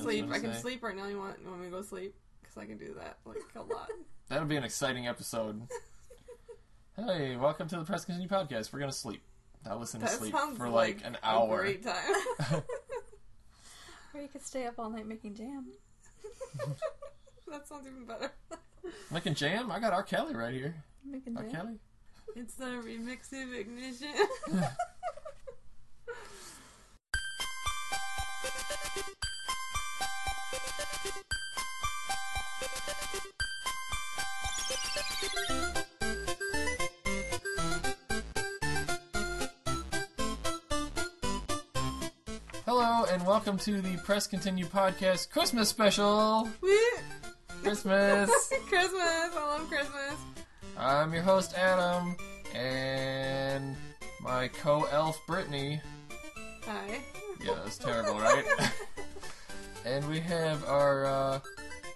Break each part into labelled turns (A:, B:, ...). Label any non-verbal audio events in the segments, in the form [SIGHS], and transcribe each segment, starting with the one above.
A: sleep.
B: gonna
A: I can
B: say.
A: sleep right now. You want, you want me to go sleep? Because I can do that like a [LAUGHS] lot.
B: That'll be an exciting episode. hey, welcome to the Press Continue podcast. We're gonna sleep. Now listen to
A: That
B: sleep
A: sounds
B: for like, an hour.
A: A
B: [LAUGHS]
A: great time.
C: [LAUGHS]
A: [LAUGHS]
C: Or you could stay up all night making jam.
A: that sounds even better.
B: Like a jam. I got R. Kelly right here.
C: Making
B: R.
C: jam.
B: Kelly.
A: [LAUGHS] It's the remix of ignition.
B: Hello and welcome to the Press Continue podcast Christmas special.
A: [LAUGHS] Woo!
B: Christmas.
A: [LAUGHS] Christmas. I love Christmas.
B: I'm your host Adam and my co-elf Brittany.
A: Hi.
B: Yeah, that's terrible,
A: [LAUGHS]
B: right? and we have our uh,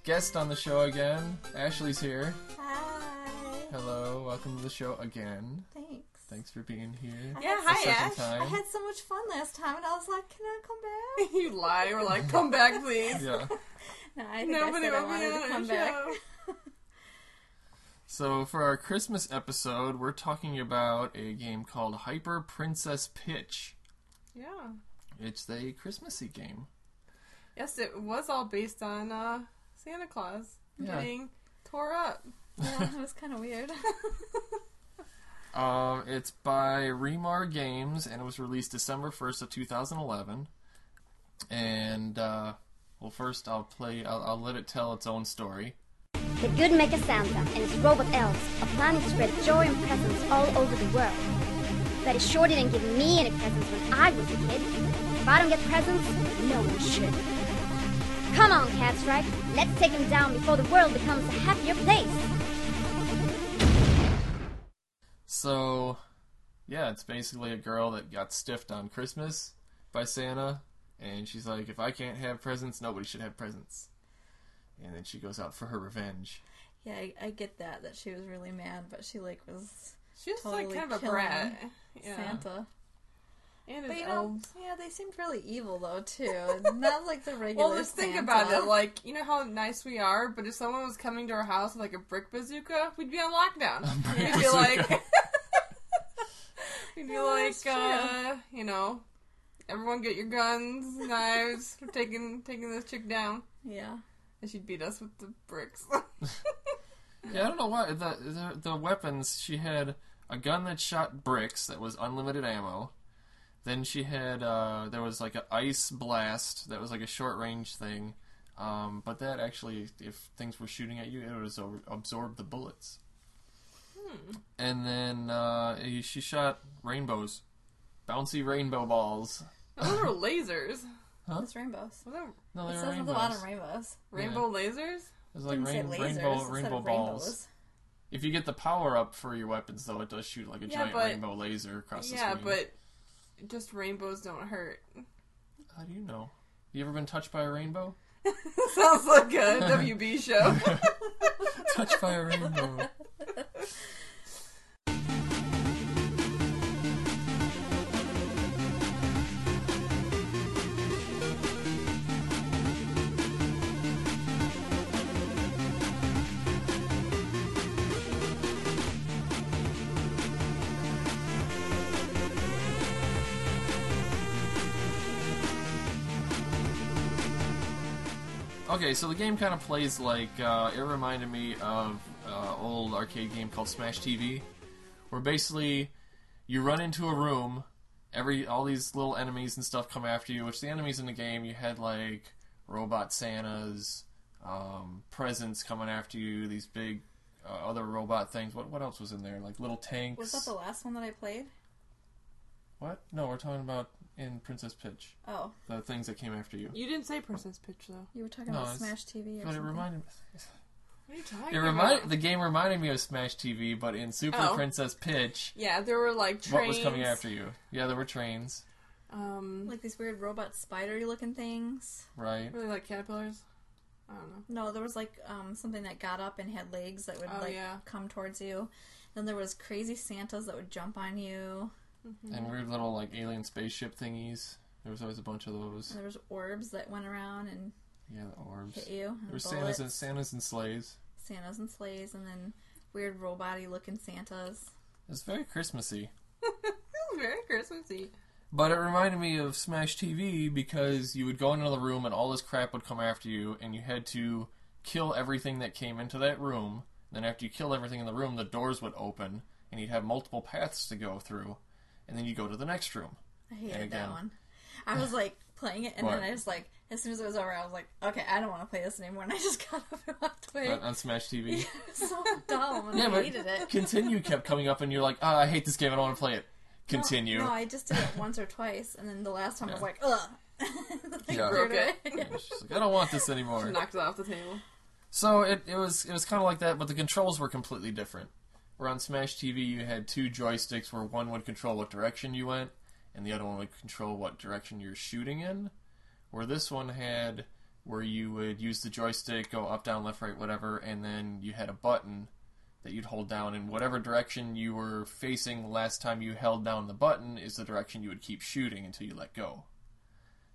B: guest on the show again. Ashley's here.
C: Hi.
B: Hello, welcome to the show again.
C: Thanks.
B: Thanks for being here.
A: Yeah,
B: The
A: hi
B: second
A: Ash.
C: I
B: time.
C: had so much fun last time, and I was like, "Can I come
A: [LAUGHS]
C: back?"
A: you lie. We're like, come back, please.
B: yeah.
C: [LAUGHS] No, I think
A: Nobody
C: I said I
A: will be
C: wanted
A: on
C: to
A: our
C: come back.
A: show.
B: So for our Christmas episode, we're talking about a game called Hyper Princess Pitch.
A: [LAUGHS] Yeah.
B: It's a Christmassy game.
A: Yes, it was all based on uh, Santa Claus
B: Yeah.
A: getting tore up.
C: [LAUGHS] yeah, it was kind of weird. [LAUGHS]
B: Um, it's by Remar Games, and it was released December first of two thousand eleven. And uh, well, first I'll play. I'll, I'll let it tell its own story.
D: The good Maker Santa and his robot elves are planning to spread joy and presents all over the world. But it sure didn't give me any presents when I was a kid. If I don't get presents, no one should. Come on, Cat Strike. Let's take him down before the world becomes a happier place.
B: So, yeah, it's basically a girl that got stiffed on Christmas by Santa, and she's like, "If I can't have presents, nobody should have presents." And then she goes out for her revenge.
C: yeah, I, I get that that she was really mad, but she like was
A: She was
C: Totally
A: like kind of a
C: killing
A: brat. Yeah.
C: Santa.
A: And
C: But
A: his
C: you know,
A: elves.
C: yeah, they seemed really evil though too. Not like the [LAUGHS] regular.
A: Well, just think
C: Santa.
A: about it. Like, you know how nice we are, but if someone was coming to our house with like a brick bazooka, we'd be on lockdown.
B: brick
A: we'd be
B: bazooka.
A: like, [LAUGHS] we'd be
C: Yeah,
A: like,
C: that's true.
A: uh, you know, everyone get your guns, knives. [LAUGHS] We're taking taking this chick down,
C: yeah,
A: and she'd beat us with the bricks. [LAUGHS]
B: Yeah, I don't know why the, the the weapons she had a gun that shot bricks that was unlimited ammo. Then she had uh, there was like an ice blast that was like a short range thing, um, but that actually, if things were shooting at you, it would absor- absorb the bullets.
C: Hmm.
B: And then uh, he- she shot rainbows, bouncy rainbow balls.
A: Those were lasers.
C: it's rainbows.
A: Were they
B: No,
C: It
B: they were
C: says there's
B: rainbows.
C: a lot of rainbows.
A: rainbow lasers?
B: it was like
C: Didn't say
B: rain,
C: lasers, it
B: rainbow
C: said
B: rainbow balls.
C: rainbows.
B: If you get the power up for your weapons, though, it does shoot like a
A: Yeah,
B: giant
A: but-
B: rainbow laser across
A: Yeah,
B: the screen.
A: but just rainbows don't hurt. [LAUGHS]
B: but how do you know? You ever been touched by a rainbow? [LAUGHS]
A: Sounds like a WB show.
B: touched by a
A: [LAUGHS]
B: rainbow. Okay, so the game kind of plays like uh, it reminded me of uh, old arcade game called Smash TV, where basically you run into a room, every all these little enemies and stuff come after you. Which the enemies in the game you had like robot Santas, um, presents coming after you, these big uh, other robot things. What what else was in there? Like little tanks.
C: Was that the last one that I played?
B: what? No, we're talking about in Princess Pitch
C: Oh,
B: the things that came after you.
A: you didn't say person's pitch though.
C: you were talking
B: No,
C: about
B: it's-
C: Smash TV. Or
B: But it
C: something.
B: reminded me.
A: What are you talking
B: It reminded the game reminded me of Smash TV, but in Super
A: Oh.
B: Princess Pitch,
A: Yeah, there were like trains.
B: what was coming after you? Yeah, there were trains,
A: Um,
C: like these weird robot spidery looking things.
B: right?
A: really like caterpillars. I don't know.
C: No, there was like um, something that got up and had legs that would
A: Oh,
C: like [LAUGHS]
A: yeah.
C: come towards you. Then there was crazy Santas that would jump on you.
B: And weird little like alien spaceship thingies. There was always a bunch of those.
C: And there was orbs that went around and
B: Yeah, the orbs.
C: hit you.
B: There was
C: bullets,
B: Santas and Santas and sleighs.
C: Santas and sleighs, and then weird robot-y looking Santas.
B: It's very Christmassy.
A: It was very Christmassy.
B: But it reminded me of Smash TV because you would go into another room and all this crap would come after you, and you had to kill everything that came into that room. Then, after you killed everything in the room, the doors would open, and you'd have multiple paths to go through, and then you go to the next room.
C: I hated
B: again.
C: that one. I was like playing it, and
B: What?
C: then I was like, as soon as it was over, I was like, okay, I don't want to play this anymore, and I just [LAUGHS] got up and walked away.
B: On, on Smash TV.
C: It was [LAUGHS] so dumb, and
B: Uh-uh. Yeah,
C: I
B: but
C: hated it.
B: continue kept coming up, and you're like, ah, I hate this game. I don't want to play it. Continue.
C: No, I just did it once or twice, and then the last time I was
B: Yeah.
C: like, ugh. [LAUGHS]
B: Yeah.
A: Broke [LAUGHS]
C: it.
B: And she's like, I don't want this anymore.
A: Knocked it off the table.
B: So it, it was it was kind of like that, but the controls were completely different. Where on Smash TV, you had two joysticks where one would control what direction you went, and the other one would control what direction you're shooting in. Where this one had where you would use the joystick, go up, down, left, right, whatever, and then you had a button that you'd hold down, and whatever direction you were facing last time you held down the button is the direction you would keep shooting until you let go.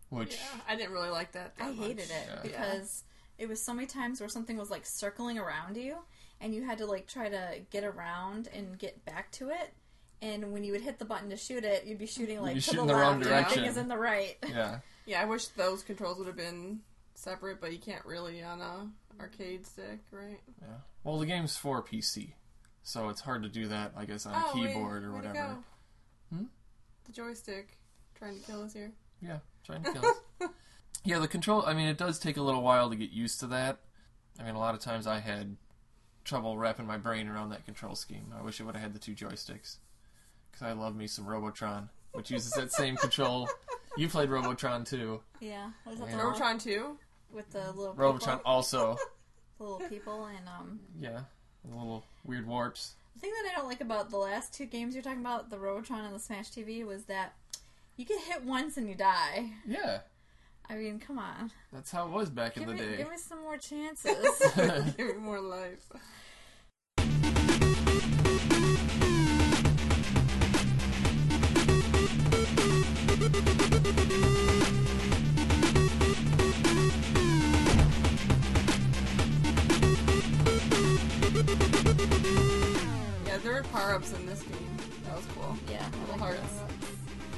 B: Which
A: Yeah, I didn't really like that. that
C: I hated
A: much.
C: it
B: Yeah.
C: because it was so many times where something was like circling around you, and you had to like try to get around and get back to it. And when you would hit the button to shoot it, you'd be shooting like
B: be
C: to
B: shooting
C: the,
B: the
C: left,
B: wrong
C: and everything
B: direction.
C: is in
B: [LAUGHS]
C: the right. [LAUGHS]
B: yeah.
A: Yeah, I wish those controls would have been separate, but you can't really on a arcade stick, right?
B: Well, the game's for PC, so it's hard to do that, I guess, on a
A: Oh, wait,
B: keyboard or
A: way to
B: whatever. Hmm?
A: go. The joystick trying to kill us here.
B: Yeah, trying to kill us. [LAUGHS] yeah, the control, I mean, it does take a little while to get used to that. I mean, a lot of times I had trouble wrapping my brain around that control scheme. I wish I would have had the two joysticks. Because I love me some Robotron, which uses that same control. You played Robotron too.
C: Yeah, what is that?
B: Yeah.
C: The one
A: Robotron 2?
C: with the little
B: Robotron
C: people,
B: also.
C: the little people, and um,
B: Yeah, the little weird warps.
C: the thing that I don't like about the last two games you're talking about, the Robotron and the Smash TV, was that you get hit once and you die.
B: Yeah,
C: I mean, come on,
B: that's how it was back in
C: give
B: the
C: me,
B: day.
C: give me some
B: [LAUGHS]
C: more chances.
A: [LAUGHS] Give me more life. Yeah, there were power ups in this game. That was cool.
C: yeah,
A: Little hearts.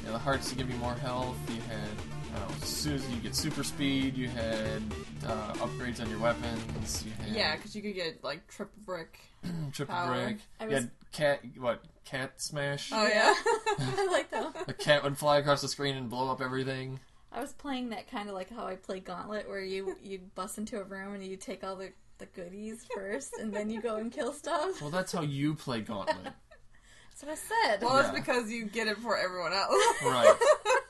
B: Yeah, the hearts to give you more health. You had, uh, I don't know, Susan, you get super speed. You had uh, upgrades on your weapons. You had
A: Yeah, because you could get like triple brick.
B: triple
A: power.
B: break.
C: I
B: You
C: was-
B: had cat, what, cat smash?
A: Oh, yeah.
C: [LAUGHS]
A: [LAUGHS]
C: I like that. One.
B: the cat would fly across the screen and blow up everything.
C: I was playing that kind of like how I play Gauntlet, where you you bust into a room and you take all the the goodies first, and then you go and kill stuff.
B: Well, that's how you play Gauntlet. [LAUGHS]
C: That's what I said.
A: well, it's
B: Yeah.
A: because you get it for everyone else. [LAUGHS]
B: right.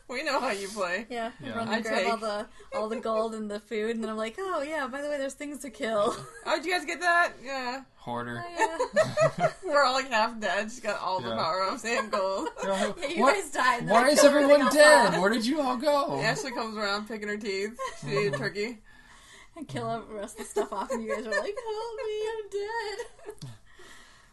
A: we know how you play.
C: yeah,
B: Yeah.
C: I run
A: I
C: and grab all
A: take-
C: the all the gold and the food, and then I'm like, oh yeah, by the way, there's things to kill. [LAUGHS]
A: Oh, did you guys get that? Yeah.
B: Hoarder.
C: yeah,
A: We're all like half dead. She's got all the
B: Yeah.
A: power ups
B: [LAUGHS]
A: and gold.
C: Yeah, you
B: What?
C: guys died. and then
B: Why
C: I
B: is
C: killed everything
B: everyone
C: else
B: dead?
C: off.
B: Where did you all go?
A: Ashley comes around picking her teeth.
B: [LAUGHS]
A: She ate a turkey.
C: I kill all the rest of the stuff off, and you guys are like, help me, I'm dead.
B: [LAUGHS]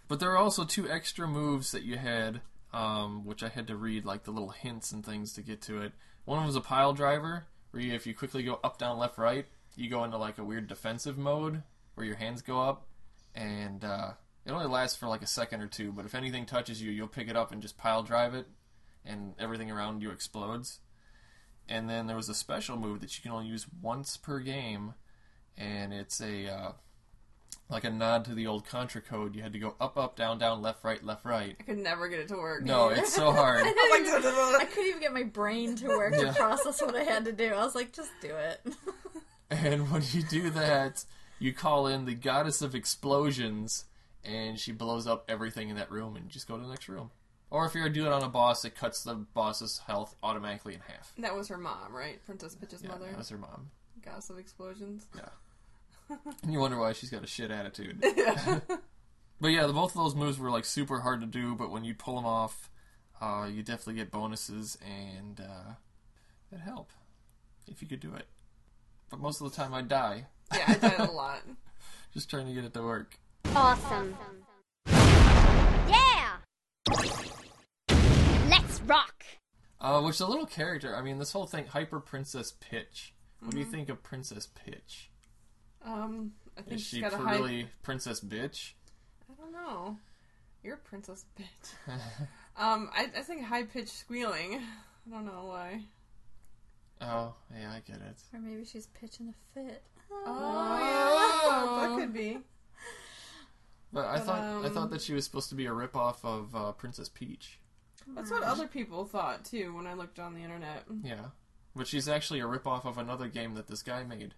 B: But there are also two extra moves that you had, um, which I had to read like the little hints and things to get to it. One was a pile driver, where you, if you quickly go up, down, left, right, you go into like a weird defensive mode where your hands go up, and uh, it only lasts for like a second or two. But if anything touches you, you'll pick it up and just pile drive it, and everything around you explodes. And then there was a special move that you can only use once per game, and it's a uh, like a nod to the old Contra code. You had to go up, up, down, down, left, right, left, right.
A: I could never get it to work. [LAUGHS]
B: No, it's so hard.
C: [LAUGHS]
A: I'm like, duh, duh,
C: I
A: duh,
C: couldn't even get my brain to work to
B: Yeah.
C: process what I had to do. I was like, just do it. [LAUGHS]
B: And when you do that, you call in the goddess of explosions, and she blows up everything in that room, and you just go to the next room. Or if you're doing it on a boss, it cuts the boss's health automatically in half.
A: duh. that was her mom, right? Princess Peach's
B: Yeah,
A: mother.
B: that was her mom.
A: Goddess of explosions.
B: And you wonder why she's got a shit attitude.
A: [LAUGHS]
B: [LAUGHS] but yeah, the, both of those moves were like super hard to do, but when you pull them off, uh, you definitely get bonuses and uh, it help if you could do it. But most of the time, I die
A: Yeah, I died a lot.
B: just trying to get it to work.
D: Awesome. Yeah! Let's rock!
B: Uh, which the little character, I mean, this whole thing, Hyper Princess Pitch, What do you think of Princess Pitch?
A: Um, Mm-hmm. I think
B: Is
A: she's
B: she
A: got a high.
B: really Princess Bitch?
A: I don't know. You're a princess bitch.
B: [LAUGHS]
A: um, I, I think high pitched squealing. I don't know why.
B: Oh, yeah, I get it.
C: Or maybe she's pitching a fit.
A: Oh, yeah, that could be.
B: But I
A: But,
B: thought I
A: um,
B: thought that she was supposed to be a ripoff of uh, Princess Peach.
A: That's
B: Oh.
A: what other people thought too when I looked on the internet.
B: Yeah, but she's actually a ripoff of another game that this guy made.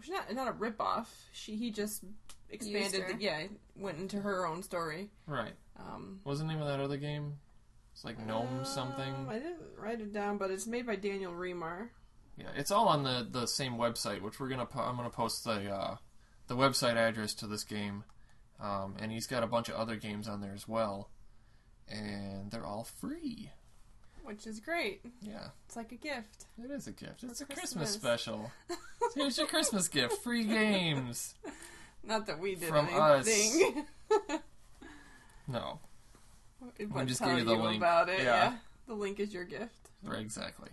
A: She's not not a rip off. She he just expanded.
C: her.
A: The, yeah, went into her own story.
B: Right?
A: Um,
B: What was the name of that other game? It's like Gnome
A: um,
B: something.
A: I didn't write it down, but it's made by Daniel Remar.
B: Yeah, it's all on the the same website, which we're gonna po- I'm gonna post the uh, the website address to this game, um, and he's got a bunch of other games on there as well, and they're all free.
A: Which is great.
B: Yeah,
A: It's like a gift.
B: it is a gift. It's a Christmas
A: Christmas.
B: special. Here's your Christmas gift:
A: [LAUGHS]
B: free games.
A: Not that we did
B: From us.
A: [LAUGHS] anything.
B: No,
A: but
B: just
A: tell
B: gave you the
A: you
B: link.
A: about it.
B: Yeah.
A: yeah. The link is your gift.
B: right, exactly.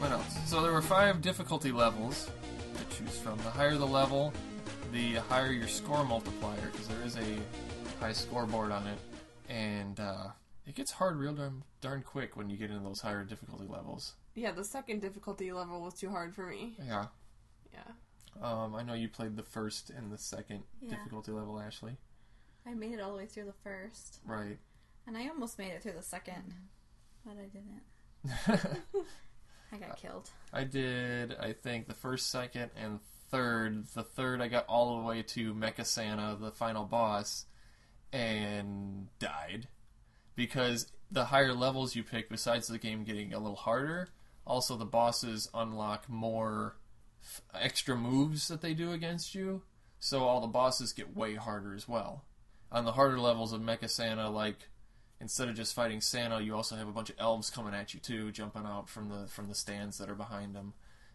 B: What else? So there were five difficulty levels to choose from. The higher the level, the higher your score multiplier, because there is a high scoreboard on it, and uh, it gets hard real darn, darn quick when you get into those higher difficulty levels.
A: Yeah, the second difficulty level was too hard for me.
B: Yeah.
A: Yeah.
B: Um, I know you played the first and the second
C: Yeah.
B: difficulty level, Ashley.
C: I made it all the way through the first,
B: Right.
C: and I almost made it through the second, but I didn't.
B: [LAUGHS]
C: I got killed.
B: I did, I think, the first, second, and third. The third, I got all the way to Mecha Santa, the final boss, and died. Because the higher levels you pick, besides the game getting a little harder, also the bosses unlock more f- extra moves that they do against you. So all the bosses get way harder as well. On the harder levels of Mecha Santa, like instead of just fighting Santa, you also have a bunch of elves coming at you too, jumping out from the from the stands that are behind them,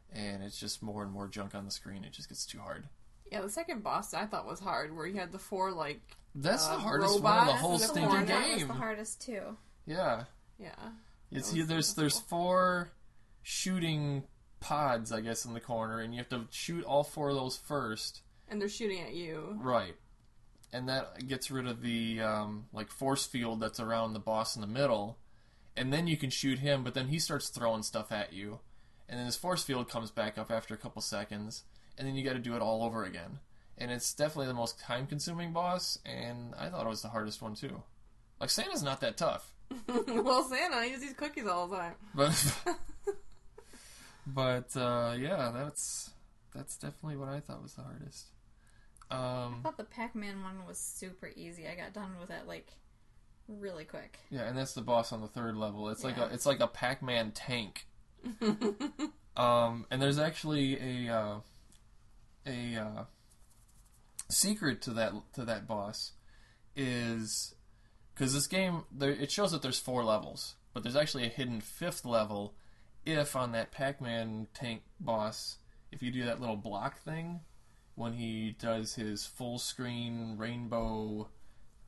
B: and it's just more and more junk on the screen. It just gets too hard.
A: Yeah, the second boss I thought was hard, where you had the four like
B: That's
A: Uh,
B: the hardest one of the
A: robots
B: whole
A: and the
C: The
B: stinking
A: horn,
C: one that was
B: game.
C: the hardest too.
B: yeah,
A: yeah.
B: it's
A: That was
B: there's there's four shooting pods, I guess, in the corner, and you have to shoot all four of those first.
A: And they're shooting at you. [LAUGHS]
B: Right. And that gets rid of the um, like force field that's around the boss in the middle, and then you can shoot him. But then he starts throwing stuff at you, and then his force field comes back up after a couple seconds, and then you got to do it all over again. And it's definitely the most time-consuming boss, and I thought it was the hardest one too. Like Santa's not that tough,
A: well Santa he these cookies all the time.
B: but [LAUGHS] but uh, yeah, that's that's definitely what I thought was the hardest. Um,
C: I thought the Pac-Man one was super easy. I got done with it like really quick.
B: Yeah, and that's the boss on the third level. It's like a
C: Yeah.
B: it's like a Pac-Man tank. um, and there's actually a uh, a uh, secret to that to that boss is because this game there, it shows that there's four levels, but there's actually a hidden fifth level if on that Pac-Man tank boss if you do that little block thing when he does his full screen rainbow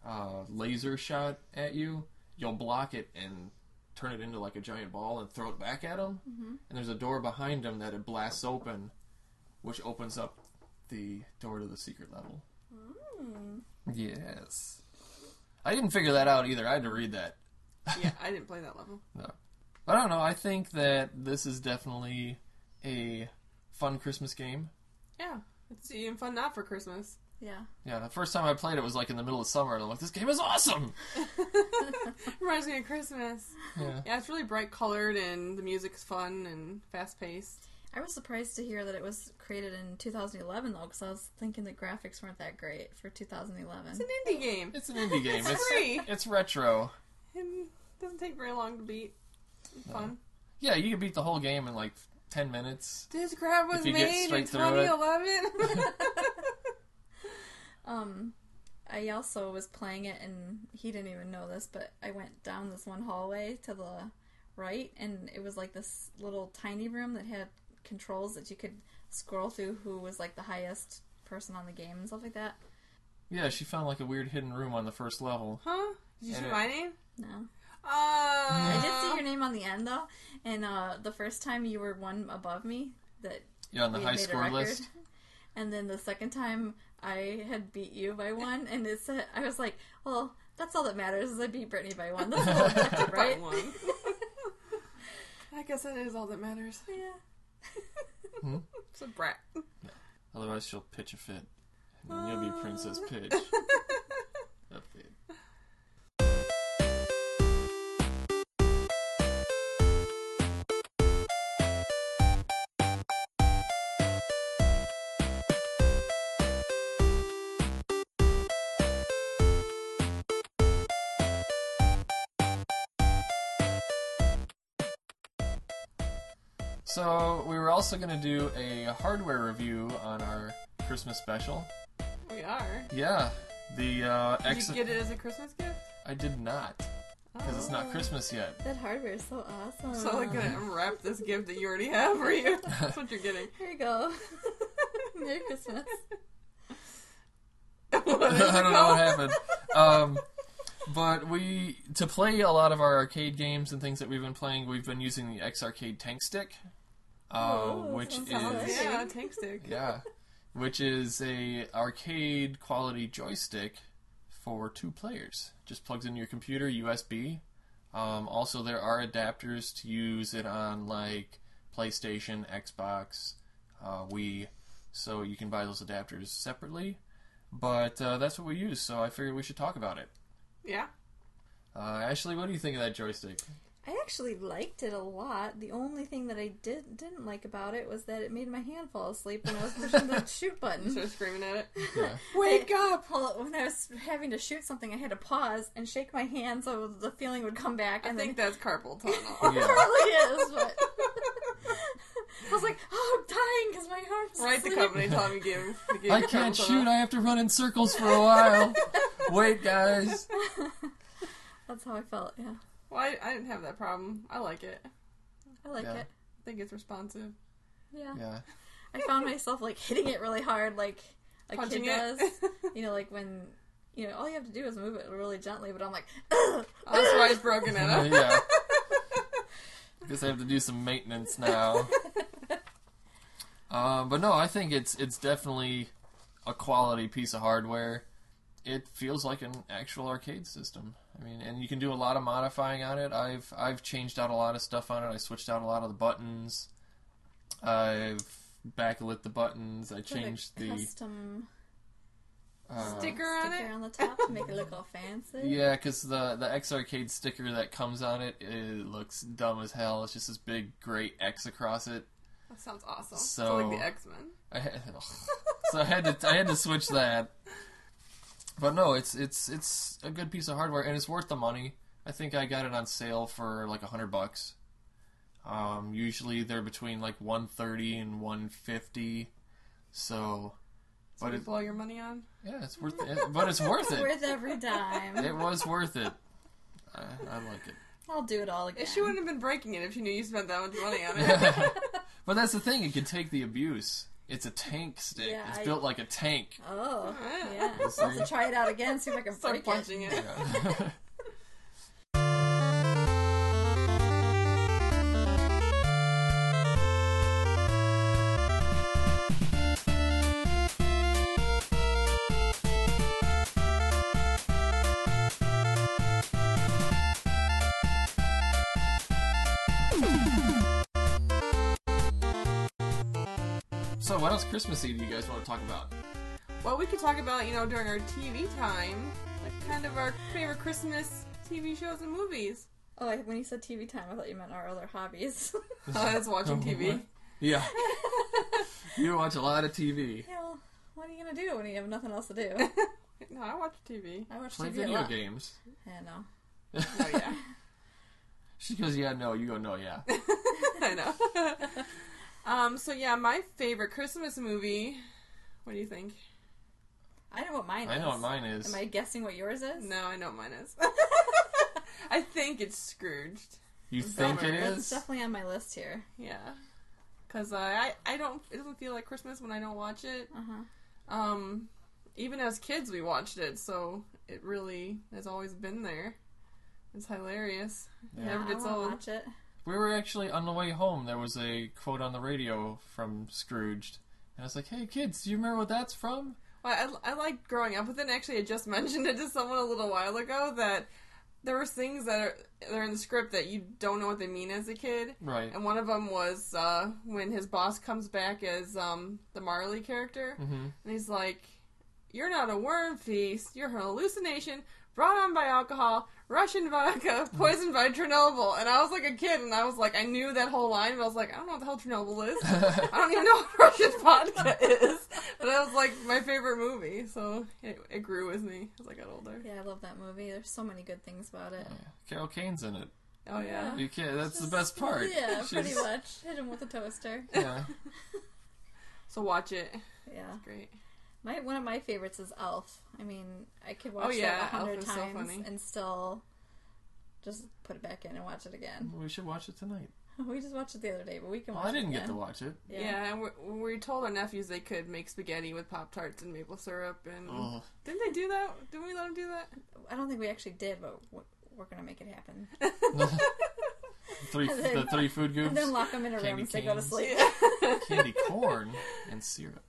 B: uh, laser shot at you, you'll block it and turn it into like a giant ball and throw it back at him. Mm-hmm. And there's a door behind him that it blasts open, which opens up the door to the secret level.
C: Hmm.
B: Yes. I didn't figure that out either. I had to read that.
A: Yeah, I didn't play that level.
B: I don't know. I think that this is definitely a fun Christmas game.
A: Yeah. It's even fun not for Christmas. [LAUGHS]
C: Yeah.
B: Yeah, the first time I played it was like in the middle of summer, and I'm like, this game is awesome!
A: Reminds me of Christmas.
B: Yeah.
A: Yeah, it's really bright colored and the music's fun and fast paced.
C: I was surprised to hear that it was created in 2011 though, because I was thinking the graphics weren't that great for 2011.
A: It's an indie game.
B: It's an [LAUGHS] indie game. It's,
A: free.
B: it's retro.
A: It doesn't take very long to beat. It's Fun.
B: Yeah, you can beat the whole game in like ten minutes.
A: This grab was
B: If you get
A: made in
B: straight through it.
A: 2011.
B: [LAUGHS]
C: Um, I also was playing it, and he didn't even know this, but I went down this one hallway to the right, and it was like this little tiny room that had controls that you could scroll through who was like the highest person on the game and stuff like that.
B: Yeah, she found like a weird hidden room on the first level.
A: Huh? Did you see
B: And it-
A: my name?
C: No.
A: Oh.
C: I did
A: [LAUGHS]
C: see your name on the end though, and uh, the first time you were one above me that
B: Yeah, on the
C: we
B: high
C: made a
B: score
C: record.
B: list.
C: [LAUGHS] And then the second time I had beat you by one, and it said I was like, "Well, that's all that matters is I beat Brittany by one.
B: [LAUGHS]
C: That's all that matters, right?"
A: By one. [LAUGHS] I guess that is all that matters.
C: Yeah.
A: It's a brat.
B: Otherwise, she'll pitch a fit. And you'll be Princess
C: Ah. [LAUGHS]
B: Pitch. Update. So, we were also going to do a hardware review on our Christmas special.
A: We are.
B: Yeah, the uh,
A: Did
B: X.
A: you get it as a Christmas gift?
B: I did not because it's
C: Oh.
B: not Christmas yet.
C: That hardware is so awesome.
A: So
B: Uh,
A: I'm gonna unwrap this gift that you already have for you.
B: [LAUGHS]
A: That's what you're getting.
C: here
A: [LAUGHS]
C: you go. Merry Christmas.
A: What is
B: [LAUGHS]
A: it
B: I don't know
A: called?
B: what happened. Um, but we to play a lot of our arcade games and things that we've been playing, we've been using the X Arcade Tank Stick, uh,
C: Oh, that
B: which
C: sounds
B: is
C: awesome.
A: Yeah, tank stick.
B: yeah, which is a arcade quality joystick for two players. Just plugs into your computer USB. Um, also, there are adapters to use it on like PlayStation, Xbox, uh, Wii. So you can buy those adapters separately. But uh, that's what we use. So I figured we should talk about it.
A: Yeah.
B: Uh, Ashley, what do you think of that joystick?
C: I actually liked it a lot. The only thing that I did didn't like about it was that it made my hand fall asleep when I was
A: [LAUGHS]
C: pushing the shoot button.
A: Start screaming at it. [LAUGHS]
B: Yeah.
C: [LAUGHS]
A: Wake up!
C: Well, when I was having to shoot something, I had to pause and shake my hand so the feeling would come back.
A: I
C: And
A: think
C: then,
A: that's carpal
C: [LAUGHS]
A: tunnel.
B: Yeah.
C: probably is.
A: [LAUGHS]
C: But [LAUGHS] I was like, oh, I'm dying because my arms.
A: [LAUGHS] Right, the
C: asleep."
A: company told me to give. To give
B: I
A: carpal
B: can't
A: tunnel.
B: shoot. I have to run in circles for a while. Wait, guys.
C: That's how I felt. Yeah,
A: Well, I, I didn't have that problem. I like it. I
C: I like
B: Yeah.
C: it.
A: think it's responsive.
C: Yeah.
B: Yeah.
C: I found myself like hitting it really hard, like a
A: Punching
C: kid
A: it. [LAUGHS]
C: does. You know, like when you know all you have to do is move it really gently. But I'm like, [COUGHS] Ugh!
A: Oh, That's why it's broken at
B: Uh,
A: up.
B: yeah. Guess I have to do some maintenance now. Um, but no, I think it's it's definitely a quality piece of hardware. It feels like an actual arcade system. I mean, and you can do a lot of modifying on it. I've I've changed out a lot of stuff on it. I switched out a lot of the buttons. I've backlit the buttons. I
C: put a
B: changed the
C: custom
B: uh,
A: Sticker on
C: sticker
A: it?
C: on the top to make it look all fancy.
B: Yeah, because the the X arcade sticker that comes on it, it looks dumb as hell. It's just this big great X across it.
A: That sounds awesome.
B: So-
A: it's like the X Men.
B: I had, [LAUGHS] so I had to I had to switch that. But no, it's it's it's a good piece of hardware and it's worth the money. I think I got it on sale for like a hundred bucks. Um, usually they're between like one thirty and one fifty. So,
A: What
B: but
A: you
B: it,
A: blow your money on?
B: yeah, it's worth it. But it's worth
C: [LAUGHS]
B: it.
C: Worth every dime.
B: It was worth it. I, I like it.
C: I'll do it all again.
A: She wouldn't have been breaking it if she knew you spent that much money on it.
B: [LAUGHS] but that's the thing, it can take the abuse. It's a tank stick.
C: Yeah,
B: it's
C: I-
B: built like a tank.
C: Oh,
A: Yeah.
C: yeah. I'll have to try it out again, see
B: [LAUGHS]
C: if I
A: [LAUGHS]
C: can
A: Start
C: break it.
A: punching it.
B: so, what else Christmassy do you guys want to talk about?
A: Well, we could talk about, you know, during our TV time, like kind of our favorite Christmas TV shows and movies.
C: Oh, I, when you said TV time, I thought you meant our other hobbies. [LAUGHS]
A: [LAUGHS] Uh,
B: [LAUGHS]
A: that's watching TV.
B: Yeah. [LAUGHS] you watch a lot of TV.
C: yeah, well, what are you gonna do when you have nothing else to do?
A: No, I watch TV.
C: I watch
B: Play
C: TV a
B: video
C: lot.
B: games.
C: Yeah, no.
A: Oh, yeah.
B: [LAUGHS]
A: [LAUGHS]
B: She goes, yeah, no. You go, no,
C: [LAUGHS]
B: yeah.
A: I know. [LAUGHS] um, so, yeah, my favorite Christmas movie. What do you think?
C: I know what mine is.
B: I know what mine is.
C: Am I guessing what yours is?
A: [LAUGHS] No, I know what mine is. I think it's Scrooged.
B: You think it
A: That's
B: is?
C: It's definitely on my list here.
A: Yeah. Cause uh, I I don't it doesn't feel like Christmas when I don't watch it.
C: Uh-huh.
A: Um, even as kids we watched it, so it really has always been there. It's hilarious.
B: Yeah.
A: Never gets
C: I wanna
A: old.
C: Watch it.
B: We were actually on the way home. There was a quote on the radio from Scrooged, and I was like, "Hey kids, do you remember what that's from?"
A: Well, I, I liked growing up with it. and Actually, I just [LAUGHS] mentioned it to someone a little while ago that there were things that are that are in the script that you don't know what they mean as a kid.
B: Right. [LAUGHS]
A: And one of them was uh, when his boss comes back as um, the Marley character,
B: Mm-hmm.
A: and he's like, "You're not a worm feast. You're a hallucination brought on by alcohol, Russian vodka, [LAUGHS] poisoned by Chernobyl." And I was like a kid, and I was like, I knew that whole line, but I was like, I don't know what the hell Chernobyl is.
B: [LAUGHS]
A: I don't even know what Russian [LAUGHS] vodka is. But that was like my favorite movie, so it, it grew with me as I got older.
C: Yeah, I love that movie. There's so many good things about it.
B: Carol Kane's in it.
A: Oh yeah.
B: You can't. That's the
C: Just-
B: best part.
C: Yeah, pretty
B: She's-
C: much. Hit him with a toaster.
B: [LAUGHS] Yeah.
A: So watch it.
C: Yeah.
A: Great.
C: My one of my favorites is Elf. I mean, I could watch
A: Oh, yeah,
C: that a hundred
A: Elf is so
C: times
A: funny.
C: and still just put it back in and watch it again. [LAUGHS]
B: We should watch it tonight.
C: we just watched it the other day, but we can
B: Well,
C: watch
B: I
C: it
B: didn't get to
C: again.
B: watch it.
A: Yeah, and we, we told our nephews they could make spaghetti with Pop Tarts and maple syrup, and
B: Ugh.
A: didn't they do that? Didn't we let them do that?
C: I don't think we actually did, but w- we're gonna make it
A: [LAUGHS]
C: happen.
B: Three,
C: [LAUGHS] And then-
B: the three food
C: And then
B: groups,
C: lock them in a room
B: Candy
C: and they go to
B: canes.
C: sleep.
B: candy corn, and syrup.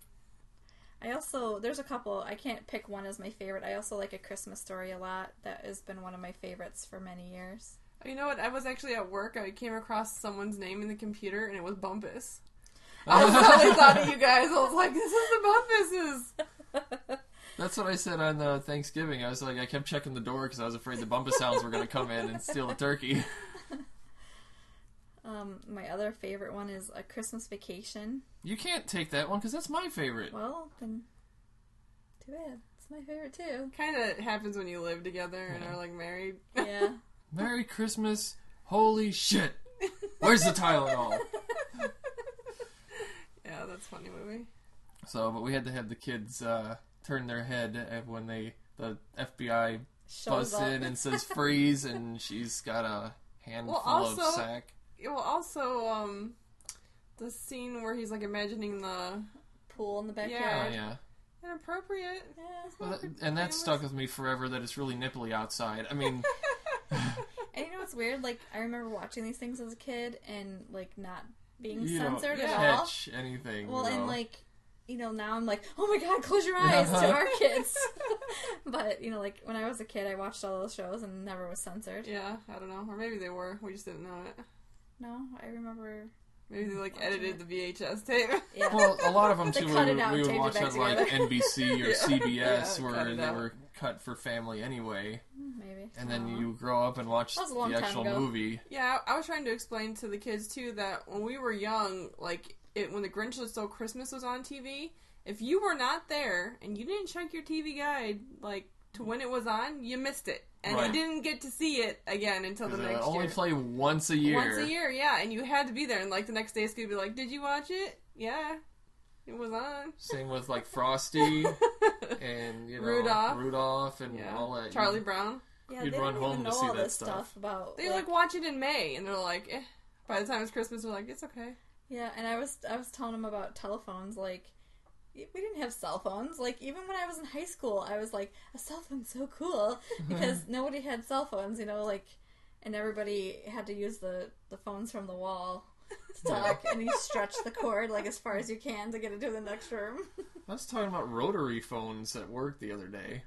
C: I also there's a couple. I can't pick one as my favorite. I also like A Christmas Story a lot. That has been one of my favorites for many years.
A: Oh, You know what? I was actually at work. I came across someone's name in the computer, and it was Bumpus. I totally thought of you guys. I was like, "This is the Bumpuses."
B: That's what I said on uh, Thanksgiving. I was like, I kept checking the door because I was afraid the Bumpus hounds were going to come in and steal the turkey. [LAUGHS]
C: Um, my other favorite one is A Christmas Vacation.
B: You can't take that one because that's my favorite.
C: Well, then, too bad. It's my favorite too.
B: [LAUGHS]
A: Kind of happens when you live together and are like married.
C: Yeah.
B: Merry Christmas. Holy shit. Where's the Tylenol?
A: Yeah, that's a funny movie.
B: So, but we had to have the kids uh, turn their head at- when they the FBI
C: Shows
B: busts
C: up.
B: in and says freeze, and she's got a handful
A: Well, also-
B: of sack.
A: Yeah, Well, also, um, the scene where he's like imagining the
C: pool in the backyard.
B: Oh
A: Yeah.
B: yeah,
A: inappropriate.
C: Yeah.
B: Well, that- and that stuck with me forever. That it's really nipply outside. I
C: [LAUGHS]
B: mean,
C: And you know what's weird? Like I remember watching these things as a kid and like not being
B: you don't
C: censored at all.
B: catch anything.
C: Well,
B: you know.
C: and like you know now I'm like, oh my god, close your eyes
B: Uh-huh. [LAUGHS]
C: to our kids. [LAUGHS] but you know, like when I was a kid, I watched all those shows and never was censored.
A: Yeah, I don't know, or maybe they were. We just didn't know it.
C: No, I remember.
A: Maybe they like
C: Watching
A: edited the VHS tape. [LAUGHS]
C: Yeah.
B: Well, a lot of them
C: [LAUGHS] They
B: too. We,
C: cut it
B: would-
C: out
B: we
C: and
B: would
C: taped
B: watch
C: it back
B: on like
C: together. [LAUGHS]
B: NBC or
A: Yeah.
B: CBS,
A: Yeah, cut
B: where
A: it
B: they
A: out.
B: were cut for family anyway.
C: Maybe.
B: And then
C: Aw.
B: you grow up and watch
C: That was a long
B: the
C: time
B: actual
C: ago.
B: movie.
A: yeah, I I was trying to explain to the kids too that when we were young, like it, when the Grinch that Stole Christmas was on TV, if you were not there and you didn't check your TV guide like to when it was on, you missed it, and
B: Mm. Right.
A: you didn't get to see it again until the
B: Because
A: next
B: only
A: year.
B: play once a year.
A: Once a year, yeah, and you had to be there. And like the next day, it's gonna be like, "Did you watch it? Yeah, it was on." [LAUGHS]
B: Same with
C: [LAUGHS]
B: like Frosty and you know
A: Rudolph.
B: Rudolph and
A: yeah,
B: all that.
A: Charlie Brown.
C: yeah,
B: you'd
C: they
B: run
C: don't
B: home
C: even
B: to
C: know
B: see
C: all
B: that
C: this
B: stuff.
C: stuff, about.
A: They like watch it in May, and they're like, eh. by the time it's Christmas, they're like, "It's okay."
C: Yeah, and I was I was telling him about telephones. Like, we didn't have cell phones. Like, even when I was in high school, I was like, a cell phone's so
A: [LAUGHS]
C: cool because nobody had cell phones. You know, like, and everybody had to use the the phones from the wall to talk, and you
A: [LAUGHS]
C: stretch the cord like as far as you can to get into the next
A: [LAUGHS]
C: room.
B: I was talking about rotary phones at work the other day.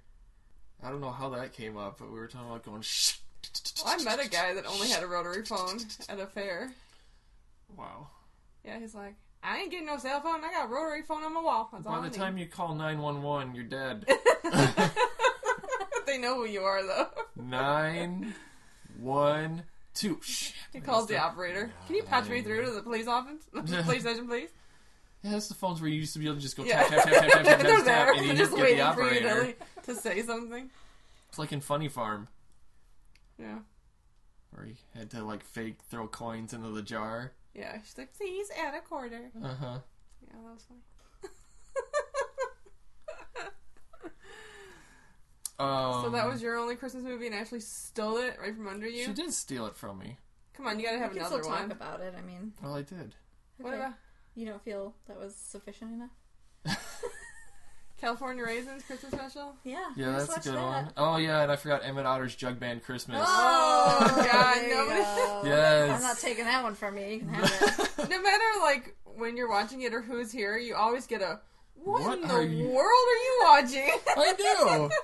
B: I don't know how that came up, but we were talking about going. Shh.
A: Well, I met a guy that only had a rotary phone at a fair.
B: Wow.
A: Yeah, he's like, "I ain't getting no cell phone. I got a rotary phone on my wall." That's all
B: By
A: I
B: the
A: need."
B: time you call nine one one, you're dead.
A: [LAUGHS] they know who you are, though. [LAUGHS]
B: nine one two. Shh.
A: he calls the operator. Can you patch me through to the
B: [LAUGHS]
A: police office, [LAUGHS] police station, please?
B: Yeah, that's the phones where you used to be able to just go
A: Yeah.
B: tap tap tap tap tap
A: [LAUGHS]
B: tap
A: they're
B: tap,
A: there.
B: and you
A: They're
B: just
A: just
B: get
A: waiting
B: the
A: for you to,
B: operator.
A: like, to say something.
B: It's like in Funny Farm.
A: Yeah,
B: Where he had to like fake throw coins into the jar.
A: yeah. She's like, "Please add a quarter."
B: Uh huh.
A: Yeah, that was funny. [LAUGHS]
B: Um, Um,
A: So that was your only Christmas movie, and Ashley stole it right from under you.
B: She did steal it from me.
A: Come on, you gotta have
C: we can
A: another
C: still
A: one.
C: talk about it. I mean,
B: Well, I did.
A: What
C: okay.
A: about
C: you don't feel that was sufficient enough?
A: California Raisins Christmas special?
C: Yeah.
B: Yeah,
C: let's
B: that's a good
C: watch that.
B: one. Oh yeah, and I forgot Emmett Otter's Jug Band Christmas.
A: Oh, [LAUGHS] God,
C: there you
A: nobody- [LAUGHS]
C: go.
B: Yes.
C: I'm not taking that one from you. You can have it.
A: No matter like when you're watching it or who's here, you always get a what,
B: What
A: in
B: are
A: the
B: you- Oh.
A: world are you watching?
B: [LAUGHS]
A: [LAUGHS]
B: I do.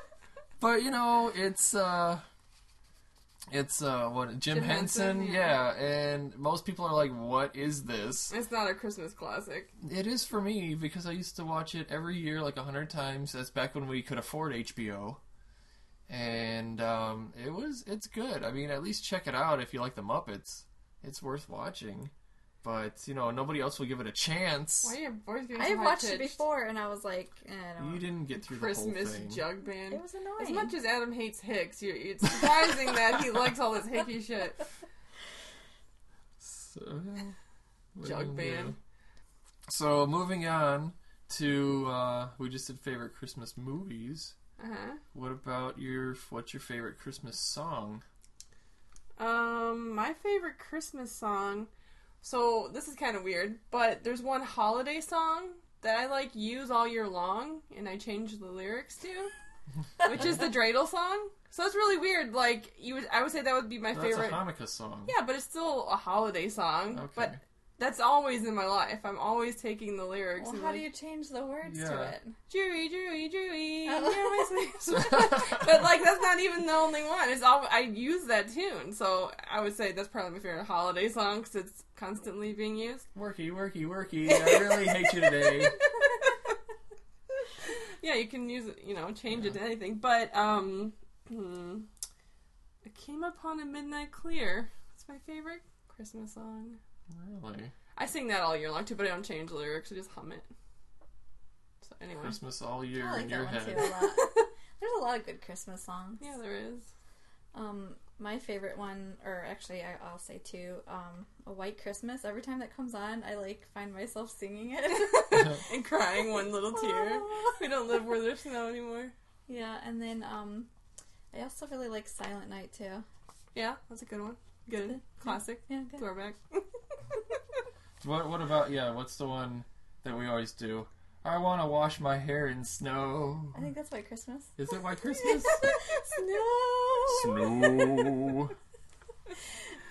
B: but you know, it's uh it's uh what Jim,
A: Jim
B: Henson,
A: Henson,
B: yeah. and most people are like, What is this?
A: it's not a Christmas classic.
B: It is for me because I used to watch it every year like a hundred times. That's back when we could afford HBO. And um it was it's good. I mean at least check it out if you like the Muppets. It's worth watching. But you know, nobody else will give it a chance.
A: Why are your voice getting
C: I
A: so
C: have watched it
A: high-pitched?
C: before, and I was like, eh, I
B: You
C: don't want it.
B: didn't get through the whole
A: Christmas
B: thing.
A: jug band.
C: It was annoying.
A: As much as Adam hates Hicks, you, it's surprising that he likes all this
B: [LAUGHS]
A: hickey shit.
B: So, [LAUGHS] well,
A: Jug
B: yeah.
A: band.
B: So moving on to uh, we just did favorite Christmas movies.
A: Uh-huh.
B: What about your what's your favorite Christmas song?
A: Um, my favorite Christmas song. So this is kind of weird, but there's one holiday song that I like use all year long, and I change the lyrics
B: [LAUGHS]
A: to, which is the dreidel song. So that's really weird. Like you, would, I would say that would be my
B: That's
A: favorite.
B: a Hanukkah song.
A: Yeah, but it's still a holiday song.
B: Okay.
A: But that's always in my life. I'm always taking the lyrics.
C: well,
A: and
C: how
A: like,
C: do you change the words to
B: Yeah.
C: it?
A: Jewy, Jewy, Jewy,
C: Oh.
A: you're my sweet- [LAUGHS] but like that's not even the only one. It's all I use that tune, so I would say that's probably my favorite holiday song because it's constantly being used.
B: Worky, worky, worky. I really hate you
C: [LAUGHS]
B: today.
A: Yeah, you can use it, you know, change it to anything. But um, hmm, it came upon a midnight clear. It's my favorite Christmas song.
B: Really,
A: I sing that all year long too, but I don't change the lyrics. I just hum it. So anyway,
B: Christmas all year
C: I like
B: in
C: that
B: your
C: one too
B: head.
C: a lot.
B: [LAUGHS]
C: There's a lot of good Christmas songs.
A: yeah, there is.
C: Um, my favorite one, or actually, I, I'll say two. Um, a White Christmas. Every time that comes on, I like find myself singing it.
B: [LAUGHS]
C: [LAUGHS]
A: And crying one little tear. We don't live where there's snow anymore.
C: yeah, and then um, I also really like Silent Night too.
A: Yeah, that's a good one. Good classic
C: Yeah, good. [LAUGHS]
A: throwback.
B: What What about yeah? What's the one that we always do? I want to wash my hair in snow.
C: I think that's White Christmas.
B: [LAUGHS]
C: [LAUGHS]
B: Is it White Christmas?
C: Snow.
B: snow.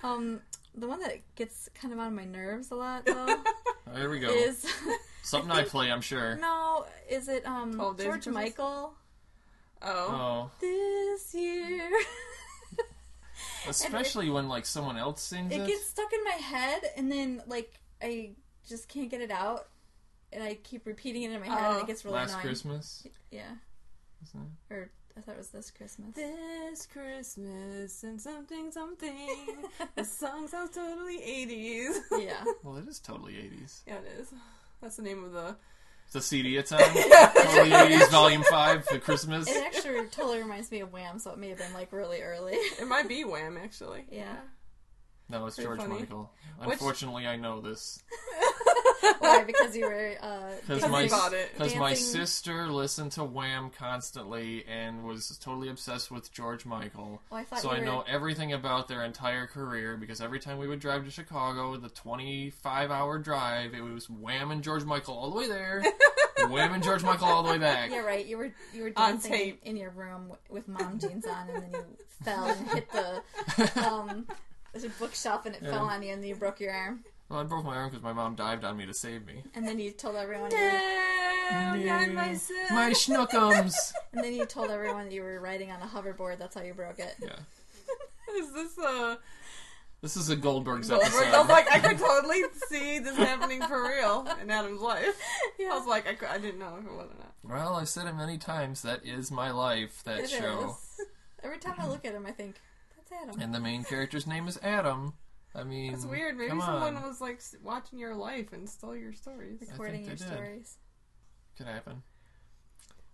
C: Um, the one that gets kind of on my nerves a
B: [LAUGHS]
C: lot though
B: Oh, here we go.
C: is
B: Something I play, I'm sure.
C: [LAUGHS] no, is it um
A: Twelve Days of
C: George
A: Christmas?
C: Michael
B: Oh,
A: Oh.
C: this year?
B: especially when like someone else sings it.
C: [LAUGHS] it gets stuck in my head, and then like I just can't get it out, and I keep repeating it in my head, and
A: Oh.
C: it gets really
B: Last
C: annoying.
B: Christmas.
C: Yeah,
B: isn't it?
C: or I thought it was this Christmas.
A: This Christmas and something
C: [LAUGHS]
A: something. the song sounds totally 80s.
C: [LAUGHS] yeah,
B: Well, it is totally 80s.
A: yeah, it is. That's the name of the.
B: It's a CD it's on.
C: [LAUGHS]
B: totally 80s, Volume 5 for Christmas.
C: it actually totally reminds me of Wham, so it may have been like really early. [LAUGHS]
A: It might be Wham, actually.
C: yeah,
B: No, it's
A: Pretty
B: George
A: funny.
B: Michael.
A: Which-
B: Unfortunately, I know this.
C: why? Because you were uh,
B: Because
A: Because
B: my,
A: he
B: s-
A: bought it.
B: 'cause my
C: Dancing-
B: sister listened to Wham constantly and was totally obsessed with George Michael.
C: Oh, I thought
B: so
C: you
B: I
C: were-
B: know everything about their entire career because every time we would drive to Chicago, the 25 hour drive, it was Wham and George Michael all the way
C: [LAUGHS]
B: there, Wham and George Michael all the way back.
C: Yeah, right. You were you were
A: On
C: dancing
A: tape.
C: in your room w- with mom jeans on, and then you [LAUGHS] fell and hit the um the bookshelf, and it fell
B: Yeah.
C: on you, and then you broke your arm,
B: Well, I broke my arm because my mom dived on me to save me.
C: and then you told everyone, you were,
A: Damn, not myself.
B: My schnookums.
C: and then you told everyone that you were riding on a hoverboard. That's how you broke it.
B: yeah.
A: [LAUGHS] Is this a.
B: This is a Goldberg's
A: I was
B: episode.
A: like,
B: [LAUGHS]
A: I could totally see this happening for real in Adam's life. I was like, I, cou- I didn't know if it was or not.
B: well, I've said it many times. That is my life, that
C: It is.
B: show.
C: Every time I look at him, I think that's Adam.
B: And the main character's name is Adam. I mean,
A: It's weird. Maybe
B: Mm. come
A: someone
B: on.
A: was like s- watching your life and stole your stories.
C: Recording
B: they
C: your
B: did.
C: stories.
B: Could happen.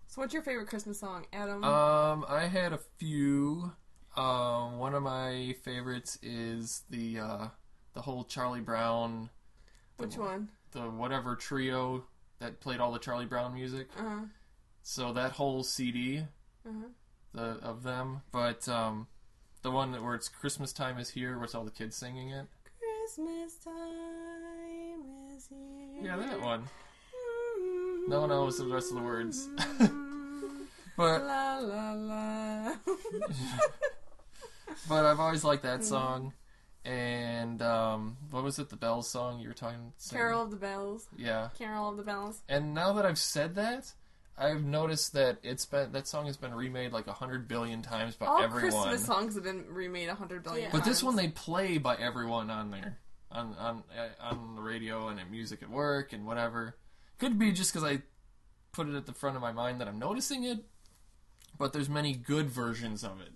A: So, what's your favorite Christmas song, Adam?
B: Um, I had a few. Um, one of my favorites is the uh, the whole Charlie Brown,
A: Which one?
B: the whatever trio that played all the Charlie Brown music.
A: Uh,
B: So that whole CD,
A: Uh-huh.
B: the of them, but um, The one that where it's Christmas time is here, where it's all the kids singing it.
A: Christmas time is here.
B: Yeah, that one. No one knows the rest of the words.
A: Mm-hmm.
B: [LAUGHS] But
A: [LAUGHS] la
B: [LAUGHS]
A: la la.
B: but I've always liked that
A: Mm-hmm.
B: song. And um, what was it? The bells song you were talking. singing?
A: Carol of the Bells.
B: Yeah.
A: Carol of the Bells.
B: And now that I've said that, I've noticed that it's been that song has been remade like a hundred billion times by
A: All
B: everyone.
A: Christmas songs have been remade a hundred billion
C: Yeah.
A: times.
B: But this one they play by everyone on there, on on uh, on the radio and at music at work and whatever. Could be just because I put it at the front of my mind that I'm noticing it. But there's many good versions of it,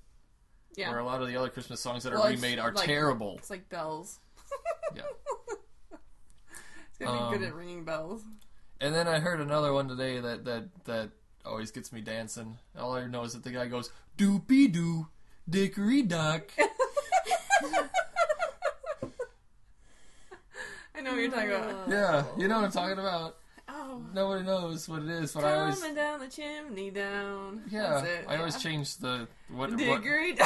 A: yeah.
B: where a lot of the other Christmas songs that
A: Well,
B: are
A: it's
B: remade are
A: like-
B: terrible.
A: [LAUGHS] It's like bells.
B: Yeah.
A: It's gonna be
B: Um,
A: good at ringing bells.
B: And then I heard another one today that that that always gets me dancing. All I know is that the guy goes doopy doo, dickory
A: [LAUGHS]
B: dock.
A: I know what you're talking about.
C: Uh,
B: yeah, you know what I'm talking about.
A: Oh,
B: Nobody knows what it is, but I
A: coming
B: always
A: down the chimney down.
B: yeah,
A: That's it.
B: I always change the what what,
A: [LAUGHS] Degree.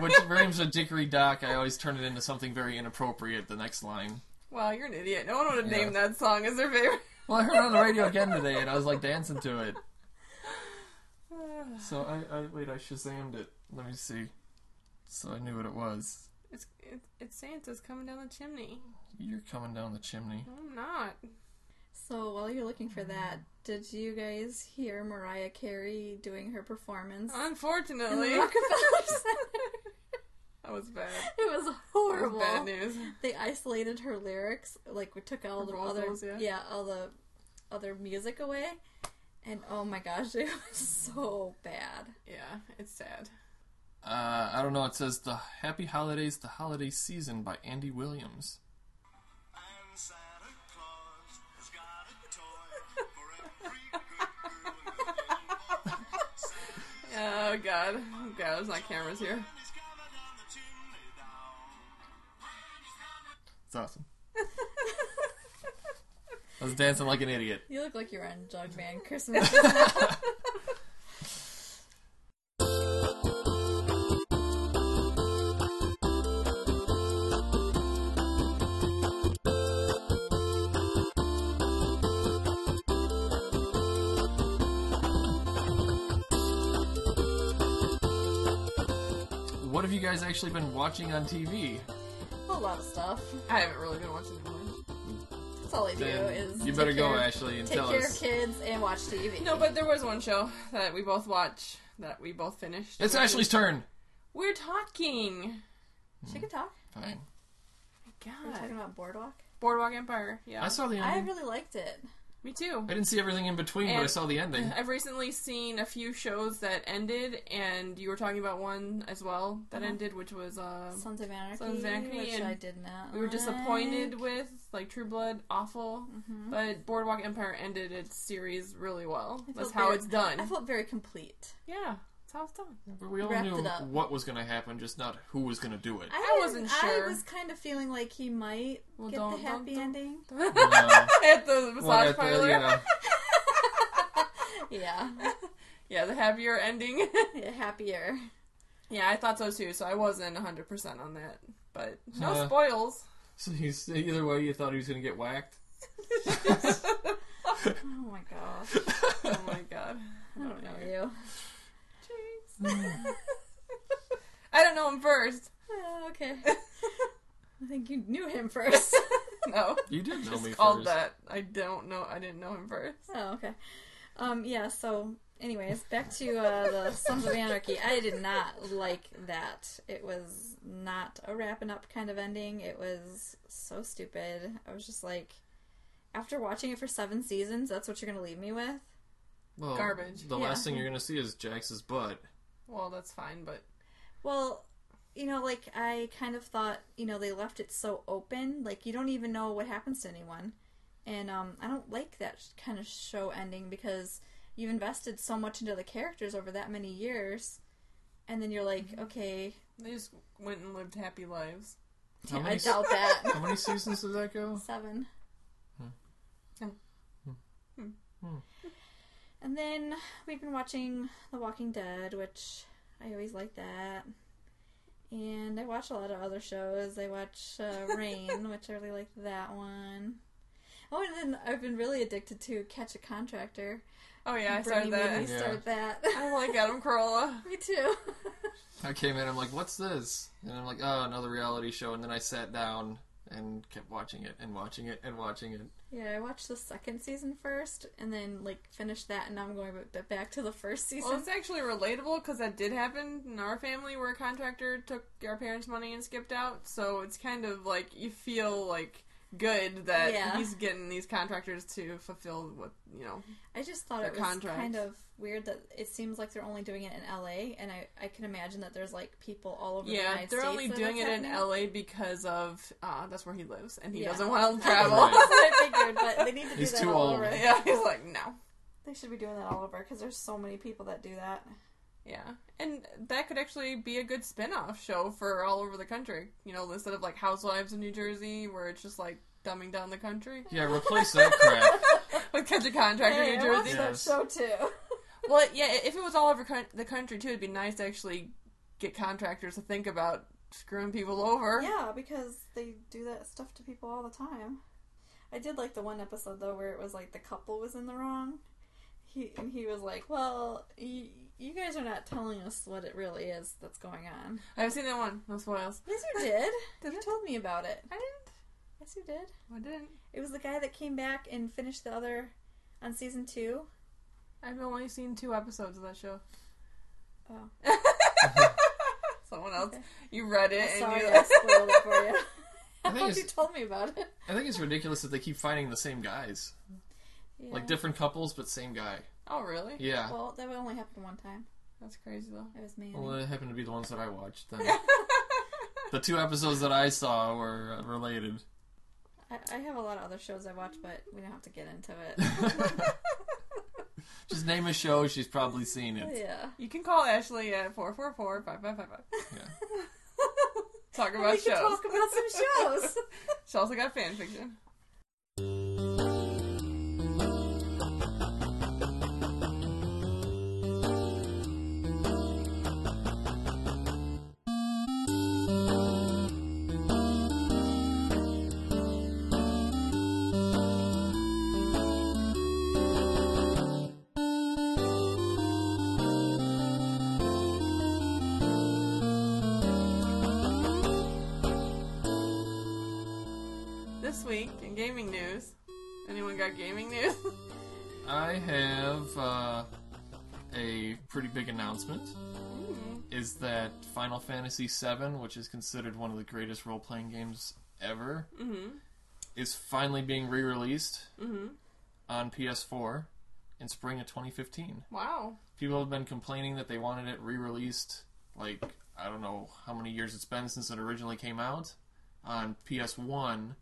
B: which rhymes with dickory dock. I always turn it into something very inappropriate. The next line.
A: wow, you're an idiot. No one would have
B: Yeah.
A: named that song as their favorite.
B: Well, I heard it on the radio again today, and I was like dancing to it. So I, I wait, I shazammed it. Let me see. So I knew what it was.
A: [SIGHS] It's, it's, it's Santa's coming down the chimney.
B: You're coming down the chimney.
A: No, I'm not.
C: So while you're looking for that, did you guys hear Mariah Carey doing her performance? in [LAUGHS]
A: Unfortunately, [LAUGHS]
C: the Rockefeller Center?
A: that was bad.
C: It was
A: That
C: horrible.
A: was bad news.
C: They isolated her lyrics, like we took all the
A: Vocals,
C: other
A: yeah.
C: yeah. all the other music away, and oh my gosh, [LAUGHS] it was so bad.
A: Yeah, it's sad.
B: Uh, I don't know. It says the Happy Holidays, the Holiday Season by Andy Williams.
E: And Santa Claus has got a toy for every good girl and good little boy.
A: Oh god, oh god, there's not cameras here.
E: And he's coming down the chimney down. And he's coming
B: It's [LAUGHS] awesome. I was dancing like an idiot.
C: You look like you're on Jug Man
A: [LAUGHS]
C: Christmas.
B: What have you guys actually been watching on TV?
C: a lot of stuff.
A: I haven't really been watching the news.
C: That's all I do
B: Then
C: is
B: you better
C: take
B: go,
C: care,
B: Ashley, and
C: take
B: tell
C: care
B: us.
C: of kids and watch TV.
A: No, but there was one show that we both watch that we both finished.
B: It's Ashley's turn.
A: We're talking.
C: she can talk.
B: Fine.
C: We're talking
A: God,
C: about Boardwalk.
A: Boardwalk Empire. Yeah,
B: I saw the
C: I
B: ending.
C: really liked it.
A: me too.
B: I didn't see everything in between, but I
A: And-
B: saw the
C: [LAUGHS]
B: ending.
A: I've recently seen a few shows that ended, and you were talking about one as well that
C: Uh-huh.
A: ended, which was um,
C: Sons of Anarchy,
A: Sons of Anarchy,
C: which
A: and
C: I did not.
A: we were disappointed
C: like.
A: with, like True Blood, awful. But Boardwalk Empire ended its series really well.
C: I
A: That's
C: felt
A: how
C: very-
A: it's done.
C: I felt very complete.
A: yeah, that's how it's done.
B: But we all
C: wrapped
B: knew
C: it up.
B: what was going to happen, just not who was going to do it.
A: I wasn't
C: I
A: sure.
C: was kind of feeling like he might
A: Well,
C: get
A: don't-
C: the happy
A: don't-
C: ending.
B: Uh,
A: [LAUGHS] At the
B: what at
A: massage
B: the,
A: parlor.
B: you
C: [LAUGHS]
B: know,
C: Yeah,
A: Yeah, the happier ending.
C: [LAUGHS]
A: [LAUGHS]
C: Yeah, happier.
A: yeah, I thought so too, so I wasn't 100% on that. But no
B: Huh.
A: spoils.
B: so he's, either way, you thought he was going to get whacked.
C: [LAUGHS] Oh my [LAUGHS] gosh,
A: [LAUGHS] Oh my god.
C: I don't know you.
A: Jinx. [LAUGHS] I don't know him first. [LAUGHS]
C: Oh, okay, [LAUGHS] I think you knew him [LAUGHS] first.
A: No.
B: You did know me
A: Just
B: first.
A: called that. I don't know. I didn't know him first.
C: oh, okay. Um, yeah. So, anyways, back to uh, the Sons of Anarchy. I did not like that. It was not a wrapping up kind of ending. It was so stupid. I was just like, after watching it for seven seasons, that's what you're gonna leave me with.
B: Well,
A: Garbage.
B: The
C: Yeah.
B: last thing you're going to see is Jax's butt.
A: Well, that's fine, but
C: Well, you know, like I kind of thought, you know, they left it so open, like you don't even know what happens to anyone. And um I don't like that sh- kind of show ending because you've invested so much into the characters over that many years and then you're like,
B: Mm-hmm.
C: okay,
A: they just went and lived happy lives.
B: How
C: [LAUGHS] I
B: many,
C: doubt that.
B: how many seasons does that go?
C: 7.
A: Hmm.
C: Oh. Hmm. And then we've been watching The Walking Dead, which I always like that. And I watch a lot of other shows. I watch
A: [LAUGHS]
C: uh, Rain, which I really like that one. Oh, and then I've been really addicted to Catch a Contractor.
A: Oh yeah, I
C: Brittany
A: started that.
C: made me
B: Yeah.
C: start that.
A: [LAUGHS] I like Adam Carolla.
C: [LAUGHS] me too. [LAUGHS]
B: I came in, I'm like, what's this? And I'm like, oh, another reality show. And then I sat down and kept watching it and watching it and watching it.
C: yeah, I watched the second season first, and then like finished that, and now I'm going b- b- back to the first season.
A: Well, it's actually relatable because that did happen in our family where a contractor took our parents' money and skipped out. So it's kind of like you feel like good that
C: Yeah.
A: he's getting these contractors to fulfill what you know.
C: I just thought
A: the
C: it was
A: contract.
C: kind of weird that it seems like they're only doing it in LA, and I, I can imagine that there's like people all over the
A: yeah,
C: United
A: they're
C: States
A: only
C: that
A: doing it
C: that's
A: in
C: happening.
A: LA because of uh, that's where he lives and he
C: Yeah.
A: doesn't
C: [LAUGHS]
A: want to travel.
B: Right.
C: That's what [LAUGHS] I figured, but they need to do
B: He's
C: that
B: too
C: all
B: old.
A: [LAUGHS]
C: over.
A: yeah, he's like no.
C: They should be doing that all over because there's so many people that do that.
A: Yeah. And that could actually be a good spin off show for all over the country. You know, instead of like Housewives of New Jersey, where it's just like dumbing down the country.
B: Yeah, replace that
C: [LAUGHS]
B: crap.
A: Like Catch a Contractor,
C: Hey,
A: New
C: I watched
A: Jersey.
C: that
B: Yes.
C: show too.
A: Well, yeah, if it was all over coun- the country too, it'd be nice to actually get contractors to think about screwing people over.
C: yeah, because they do that stuff to people all the time. I did like the one episode though where it was like the couple was in the wrong. He and he was like, "Well, y- you guys are not telling us what it really is that's going on."
A: I've seen that one. No spoils.
C: Yes, you [LAUGHS] did.
A: Did
C: you
A: it?
C: told me about it.
A: I didn't.
C: Yes, you did.
A: I didn't.
C: It was the guy that came back and finished the other on season two.
A: I've only seen two episodes of that show.
C: Oh.
A: [LAUGHS] Someone else.
C: Okay.
A: You read it
C: I'm
A: and
C: sorry,
A: you
C: I spoiled it for you.
B: [LAUGHS] I
C: I
B: think
C: [LAUGHS] thought you
B: it's,
C: told me about it.
B: I think it's ridiculous that they keep finding the same guys.
C: Yeah.
B: Like different couples, but same guy.
A: [LAUGHS] Oh, really?
B: Yeah.
C: Well, that only happened one time.
A: That's crazy, [LAUGHS] though.
C: It was Manny.
B: Well, it happened to be the ones that I watched.
C: [LAUGHS]
B: Then. the two episodes that I saw were uh, related. [LAUGHS]
C: I, I have a lot of other shows I watch, but we don't have to get
B: [LAUGHS]
C: into it. Oh,
B: Just name a show, she's probably seen it. [LAUGHS]
C: yeah.
A: You can call Ashley at 444 5555.
C: [LAUGHS]
B: Yeah.
A: Talk
C: we
A: about
C: can
A: shows.
C: talk about
B: [LAUGHS]
C: some shows.
A: She also got fan fiction. This week in gaming news, anyone got gaming news? [LAUGHS]
B: I have uh, a pretty big announcement. Is that Final Fantasy VII, which is considered one of the greatest role-playing games ever, is finally being re-released on PS4 in spring of 2015.
A: wow.
B: people have been complaining that they wanted it re-released like i don't know how many years it's been since it originally came out on ps1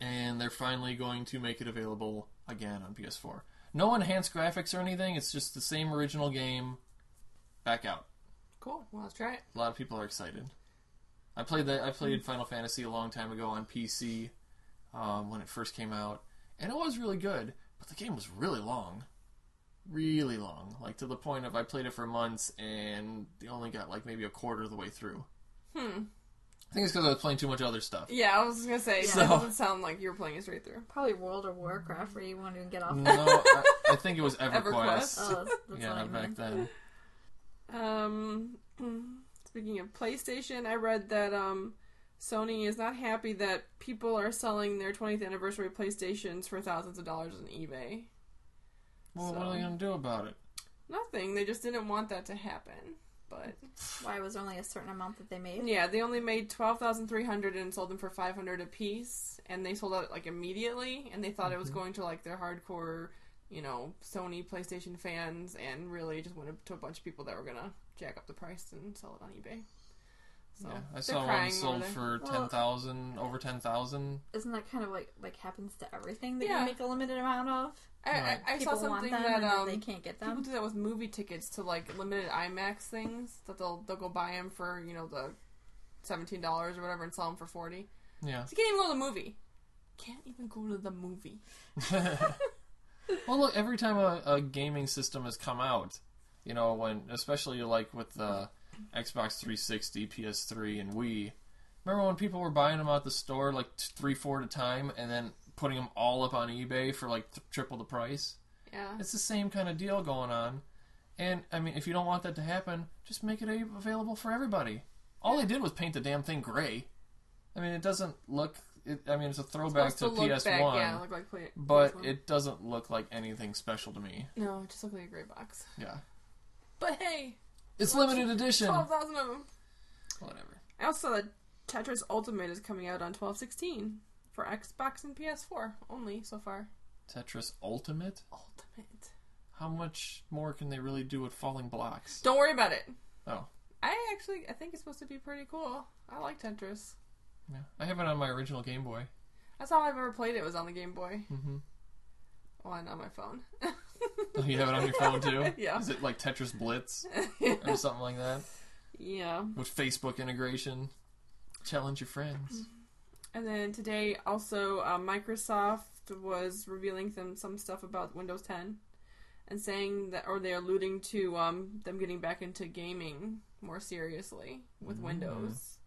B: and they're finally going to make it available again on ps4 no enhanced graphics or anything it's just the same original game back out
A: Cool. Well, let's try it.
B: a lot of people are excited i played that i played final fantasy a long time ago on pc um, when it first came out and it was really good but the game was really long really long, like to the point of I played it for months and only got like maybe a quarter of the way through. Hmm. I think it's because I was playing too much other stuff.
A: Yeah, I was just gonna say,
B: So-
A: that doesn't sound like you were playing it straight through.
C: Probably World of Warcraft, where you won't even get off.
B: No, I, I think it was EverQuest.
A: EverQuest?
C: Oh, that's, that's
B: Mm. [LAUGHS] yeah,
C: what I
B: back
C: mean.
B: then.
A: Um, [CLEARS THROAT] speaking of PlayStation, I read that um, Sony is not happy that people are selling their 20th anniversary PlayStations for thousands of dollars on eBay.
B: Well, what are they gonna do about it?
A: Nothing. They just didn't want that to happen. But
C: Why was there only a certain amount that they made?
A: yeah, they only made 12,300 and sold them for 500 apiece, and they sold out like immediately and they thought it was going to like their hardcore, you know, Sony PlayStation fans and really just went up to a bunch of people that were going to jack up the price and sell it on eBay. So,
B: Yeah, I
A: they're
B: saw
A: crying
B: one sold
A: over there.
B: for
C: Well-
B: ten thousand, over ten thousand.
C: Isn't that kind of like like happens to everything that
A: Yeah.
C: you make a limited amount of?
A: I, I, I saw
C: People want
A: something
C: them,
A: that
C: and then
A: um
C: they can't get
A: people
C: them.
A: do that with movie tickets to like limited IMAX things that they'll they'll go buy them for you know the seventeen dollars or whatever and sell them for forty.
B: Yeah.
A: So you can't even go to the movie. Can't even go to the movie.
B: Well, look, every time a, a gaming system has come out, you know, when especially like with the Xbox 360, PS3, and Wii. Remember when people were buying them out the store like t- three, four at a time, and then putting them all up on eBay for like th- triple the price?
A: Yeah.
B: It's the same kind of deal going on. And I mean, if you don't want that to happen, just make it a- available for everybody. All they did was paint the damn thing gray. I mean, it doesn't look. It, I mean, it's a throwback
A: Supposed
B: to,
A: look
B: PS1,
A: back, yeah, look like play-
B: but
A: PS1.
B: it doesn't look like anything special to me.
A: no, it just looked like a gray box.
B: Yeah,
A: But hey,
B: it's limited edition.
A: twelve thousand of them.
B: Whatever.
A: I also saw that Tetris Ultimate is coming out on twelve sixteen for Xbox and PS4 only so far.
B: Tetris Ultimate.
A: Ultimate.
B: How much more can they really do with falling blocks?
A: Don't worry about it.
B: Oh,
A: I actually I think it's supposed to be pretty cool. I like Tetris.
B: yeah. I have it on my original Game Boy. [LAUGHS]
A: That's all I've ever played. It was on the Game Boy.
B: Mm-hmm.
A: Well, and on my phone. [LAUGHS]
B: You have it on your phone too.
A: Yeah.
B: Is it like Tetris
A: [LAUGHS]
B: Blitz or something like that?
A: yeah.
B: with Facebook integration. Challenge your
A: Mm.
B: friends.
A: And then today, also, uh, Microsoft was revealing them some stuff about Windows 10 and saying that, or they're alluding to um, them getting back into gaming more seriously with Windows.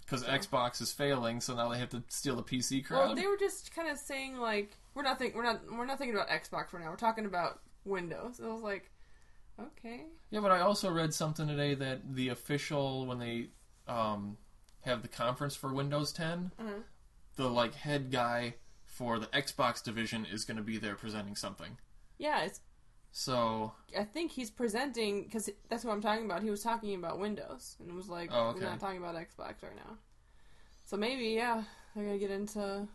B: Because Xbox is failing, so now they have to steal the PC crowd.
A: Well, they were just kind of saying like, we're not think- we're not we're not thinking about Xbox for now. We're talking about Windows. And I was like, okay,
B: Yeah, but I also read something today that the official, when they um, have the conference for Windows 10, the like head guy for the Xbox division is going to be there presenting something.
A: yeah, it's
B: So
A: I think he's presenting because that's what I'm talking about. He was talking about Windows and was like,
B: Oh, okay.
A: "We're not talking about Xbox right now." So maybe, yeah, they're gonna get into the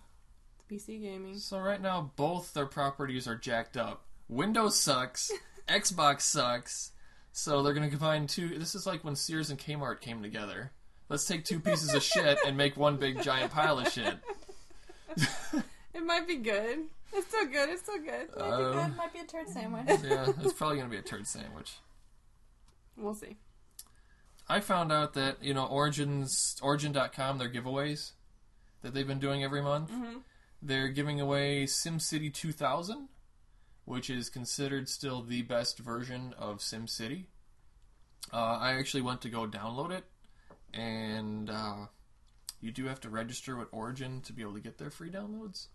A: PC gaming.
B: So right now, both their properties are jacked up. Windows sucks. Xbox sucks. So they're gonna combine two. This is like when Sears and Kmart came together. Let's take two pieces of shit and make one big giant pile of shit.
A: It might be good. It's still good. It's still good.
C: That
B: Um,
C: might be a turd sandwich.
B: yeah, it's probably gonna be a turd sandwich.
A: We'll see.
B: I found out that you know Origins Origin.com their giveaways that they've been doing every month. They're giving away SimCity 2000, which is considered still the best version of SimCity. Uh, I actually went to go download it, and uh, you do have to register with Origin to be able to get their free downloads.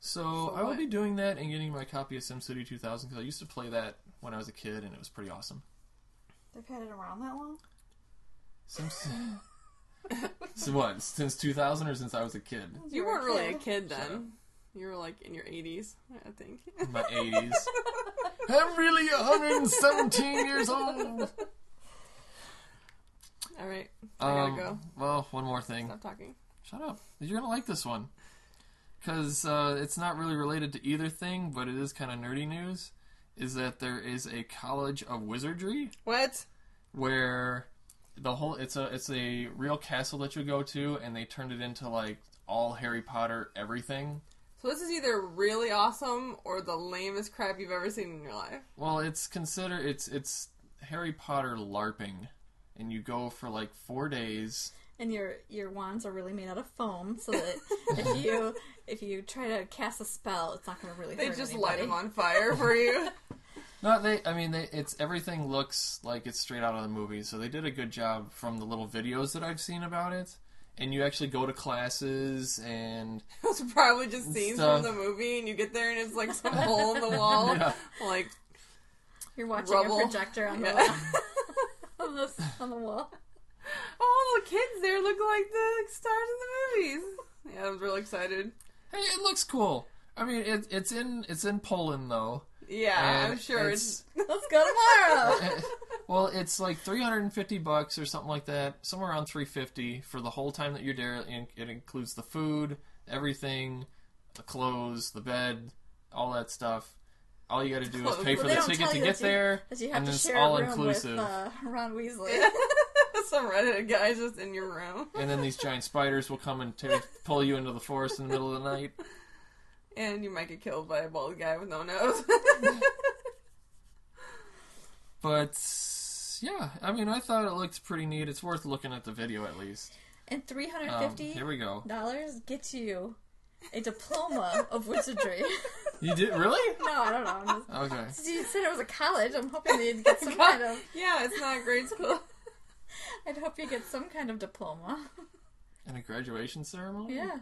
B: So, I will
A: what?
B: be doing that and getting my copy of SimCity 2000 because I used to play that when I was a kid and it was pretty awesome.
C: [LAUGHS] They've had it around that long?
B: Since, [LAUGHS] so what? Since 2000 or since I was a kid?
A: You
C: were a
A: weren't really a
C: kid.
A: kid
B: Shut up.
A: then. You were like in your 80s, I think. [LAUGHS]
B: In my 80s. I'm really 117 years old.
A: All right, I gotta
B: Um,
A: go.
B: Well, one more thing.
A: Stop talking.
B: Shut up. You're gonna like this one because uh, it's not really related to either thing, but it is kind of nerdy news. Is that there is a college of wizardry
A: What?
B: where the whole it's a it's a real castle that you go to, and they turned it into like all Harry Potter everything.
A: So this is either really awesome or the lamest crap you've ever seen in your life.
B: Well, it's consider it's it's Harry Potter LARPing, and you go for like four days.
C: And your your wands are really made out of foam, so [LAUGHS] that if you if you try to cast a spell, it's not going to really
A: They
C: hurt
A: just
C: anybody.
A: light them on fire for
C: [LAUGHS]
A: you.
B: No, they. I mean, they, it's everything looks like it's straight out of the movie. So they did a good job from the little videos that I've seen about it. And you actually go to classes, and
A: It's probably just scenes
B: Stuff.
A: from the movie, and you get there and it's like
B: [LAUGHS]
A: some hole in the wall,
B: Yeah. [LAUGHS]
A: like
C: You're watching
A: Rubble.
C: a projector on
A: [LAUGHS]
C: the,
A: yeah.
C: on the on the wall.
A: all the kids there look like the stars in the movies. Yeah, I was real excited.
B: hey, it looks cool. I mean, it, it's in it's in Poland though.
A: Yeah,
B: and
A: Ah, I'm sure it's,
C: Let's go tomorrow.
A: [LAUGHS]
B: well, it's like 350 bucks or something like that, somewhere around 350 for the whole time that you're there. and It includes the food, everything, the clothes, the bed, all that stuff. All you got to do is
A: Clothes.
B: pay for
C: Well, they
B: the
C: don't
B: ticket
C: tell
B: to
C: you
B: get
C: that you-
B: there,
C: Because you have
B: and
C: to
B: then it's
C: share
B: all
C: a room
B: inclusive.
C: with uh, Ron Weasley.
A: [LAUGHS] Um, some redheaded guys just in your room,
B: And then these giant spiders will come and
C: [LAUGHS]
B: tear pull you into the forest in the middle of the night.
A: and you might get killed by a bald guy with no nose. [LAUGHS]
B: But yeah, I mean, I thought it looked pretty neat. It's worth looking at the video at least.
C: And three hundred
B: Um,
C: fifty
B: here we go.
C: dollars gets you a diploma of wizardry. [LAUGHS]
B: You did really?
C: no, I don't know. I'm just,
B: Okay.
A: [LAUGHS]
C: You said it was a college. I'm hoping that you'd get some kind of.
A: yeah, it's not grade school.
C: I'd hope you get some kind
A: [LAUGHS]
C: of diploma.
B: And a graduation ceremony?
C: Yeah.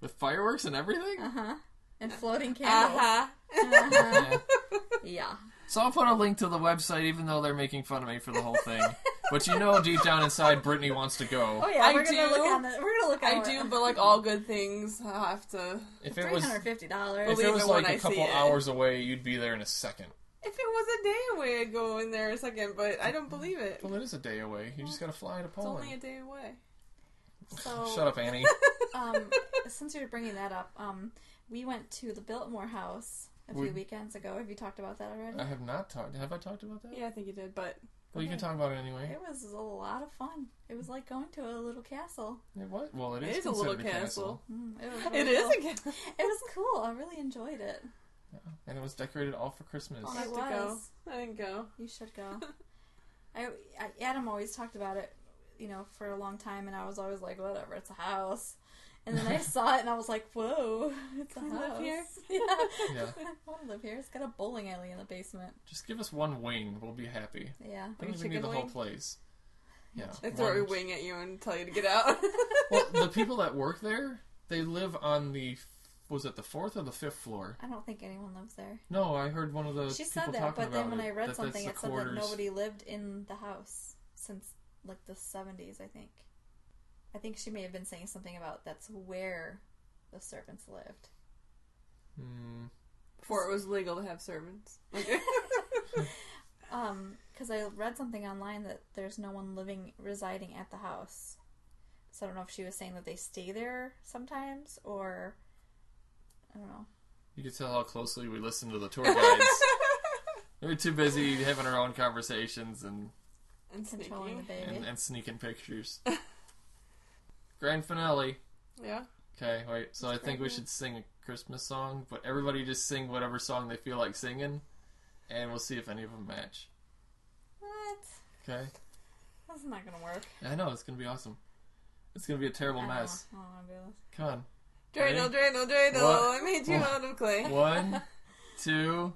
B: With fireworks and everything?
C: Uh huh. And floating candles.
A: Uh-huh.
B: Yeah.
C: Yeah.
B: So I'll put a link to the website, even though they're making fun of me for the whole thing. but you know, deep down inside, Brittany wants to
C: Oh
B: go.
C: yeah,
A: I
C: we're gonna
A: do-
C: look on the, We're gonna look.
A: I
C: on
A: [LAUGHS] do, but like all good things, I have to.
B: If it
C: Three
B: was,
C: hundred fifty dollars.
B: if it
A: Believe
B: was
A: it when
B: like a
A: I see
B: couple
A: it.
B: hours away, you'd be there in a second.
A: If it was a day away, I'd go in there a second, but I don't believe it. It's
B: Well, it is a day away. You just gotta fly to Poland.
A: only a day away.
C: So,
B: Shut up,
A: [LAUGHS]
B: Annie.
C: um, since you're bringing that up, um, we went to the Biltmore House a few
B: We- Uh-huh.
C: weekends ago. Have you talked about that already?
B: I have not talked. Have I talked about that?
A: Yeah, I think you did, but
B: Well, you can talk about it anyway.
C: It was a lot of fun. It was like going to a little castle.
B: It was. Well, it
A: It
B: is,
A: is a little
B: considered
A: castle.
C: Mm, it was
A: it
C: really
A: is
C: cool.
A: again.
C: It was cool. I really enjoyed it.
B: and it was decorated all for Christmas.
A: I'll
C: It
A: have to go.
C: was.
A: [LAUGHS] I didn't go.
C: You should go. I, I Adam always talked about it, you know, for a long time, and I was always like, whatever, it's a house.
A: [LAUGHS]
C: And then I saw it, and I was like, whoa, it's a
A: Can we
C: house.
A: live here?
C: [LAUGHS] Yeah.
B: Yeah.
C: [LAUGHS] I want to live here. It's got a bowling alley in the basement.
B: Just give us one wing. We'll be happy.
A: [LAUGHS]
C: Yeah.
B: We don't even
A: chicken
B: need the whole
A: wing?
B: place. Yeah.
A: They throw a
B: one-
A: wing at you and tell you to get out. [LAUGHS]
B: well, the people that work there, they live on the f- was it the fourth or the fifth floor?
C: I don't think anyone lives there.
B: No, I heard one of the
C: She
B: people
C: said that,
B: talking
C: but then
B: about
C: when
B: it,
C: I
B: that
C: read
B: that's
C: something,
B: the
C: it said that
B: quarters.
C: nobody lived in the house since like the 70s, I think. I think she may have been saying something about that's where the servants lived.
B: Hmm.
A: Before it was legal to have servants.
C: Um, because I read something online that there's no one living residing at the house. So I don't know if she was saying that they stay there sometimes or I don't know.
B: you could tell how closely we listen to the tour guides.
C: [LAUGHS]
B: we were too busy having our own conversations and
A: [LAUGHS] And
C: Controlling the
A: sneaking.
C: baby.
B: and, and sneaking pictures. Grand finale.
A: Yeah.
B: Okay, wait. So I think we should sing a Christmas song, but everybody just sing whatever song they feel like singing, and we'll see if any of them match.
C: What?
B: Okay.
C: That's not gonna work.
B: I know it's gonna be awesome. It's gonna be a terrible
C: I don't
B: mess.
C: know. I don't wanna do this.
B: Come on.
A: Dreidel, dreidel, dreidel,
B: What?
A: I made you
B: What?
A: out of clay. [LAUGHS]
B: One, two.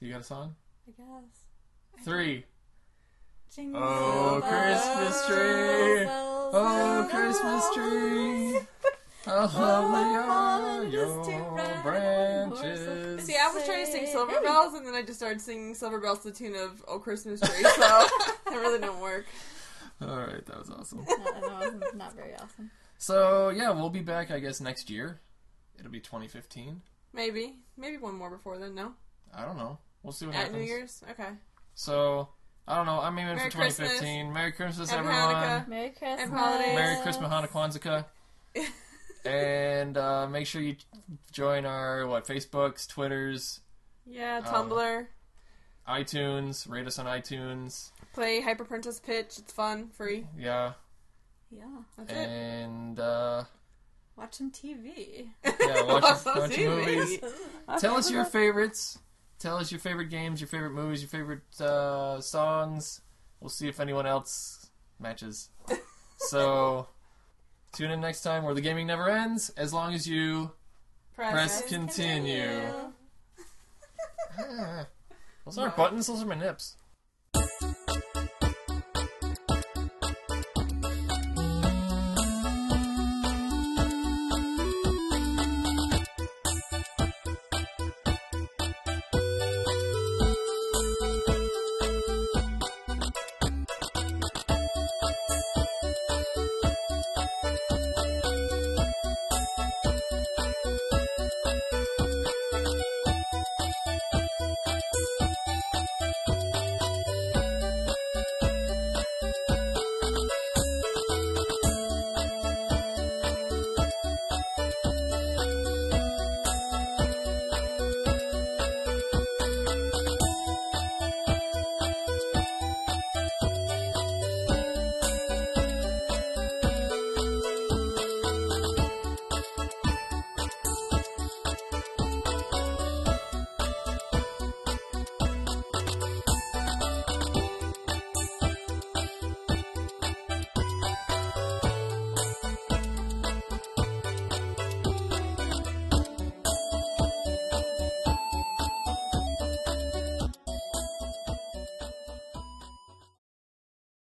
B: You got a song?
C: I guess.
B: Three.
C: Jingle
B: Oh,
C: bells,
B: Christmas tree.
C: bells,
B: Oh,
C: bells,
B: Christmas
A: [LAUGHS]
C: bells.
B: tree.
A: Oh,
B: How lovely are
C: just to
B: your
C: ride
B: branches.
A: See, I was trying to sing Silver
C: Hey.
A: Bells, and then I just started singing Silver Bells to the tune of Oh Christmas Tree, so [LAUGHS] that really don't work.
B: All right, that was awesome.
C: [LAUGHS] No, no, it wasn't- not very awesome.
B: So yeah, we'll be back. I guess next year. It'll be 2015.
A: Maybe. Maybe one more before then, no?
B: I don't know. We'll see what
A: At
B: happens.
A: New Year's? Okay.
B: So I don't know. I'm aiming
A: Merry
B: for 2015. Merry Christmas,
A: Happy
B: everyone.
A: Hanukkah.
C: Merry Christmas.
A: holidays.
B: Merry Christmas, Hanukkah, Kwanzaa. and uh, make sure you join our what Facebooks, Twitters,
A: Yeah,
B: Uh,
A: Tumblr.
B: iTunes. Rate us on iTunes.
A: Play Hyper Princess Pitch. It's fun, free.
B: Yeah,
C: Yeah.
A: That's it.
B: and uh,
C: Watch some TV.
B: yeah,
A: [LAUGHS]
B: watch,
A: Watch those
B: watch movies.
A: movies.
B: Tell us your favorites. Tell us your favorite games, your favorite movies, your favorite uh, songs. We'll see if anyone else matches. so tune in next time where the gaming never ends, as long as you. Press continue. Those aren't buttons; those are my nips.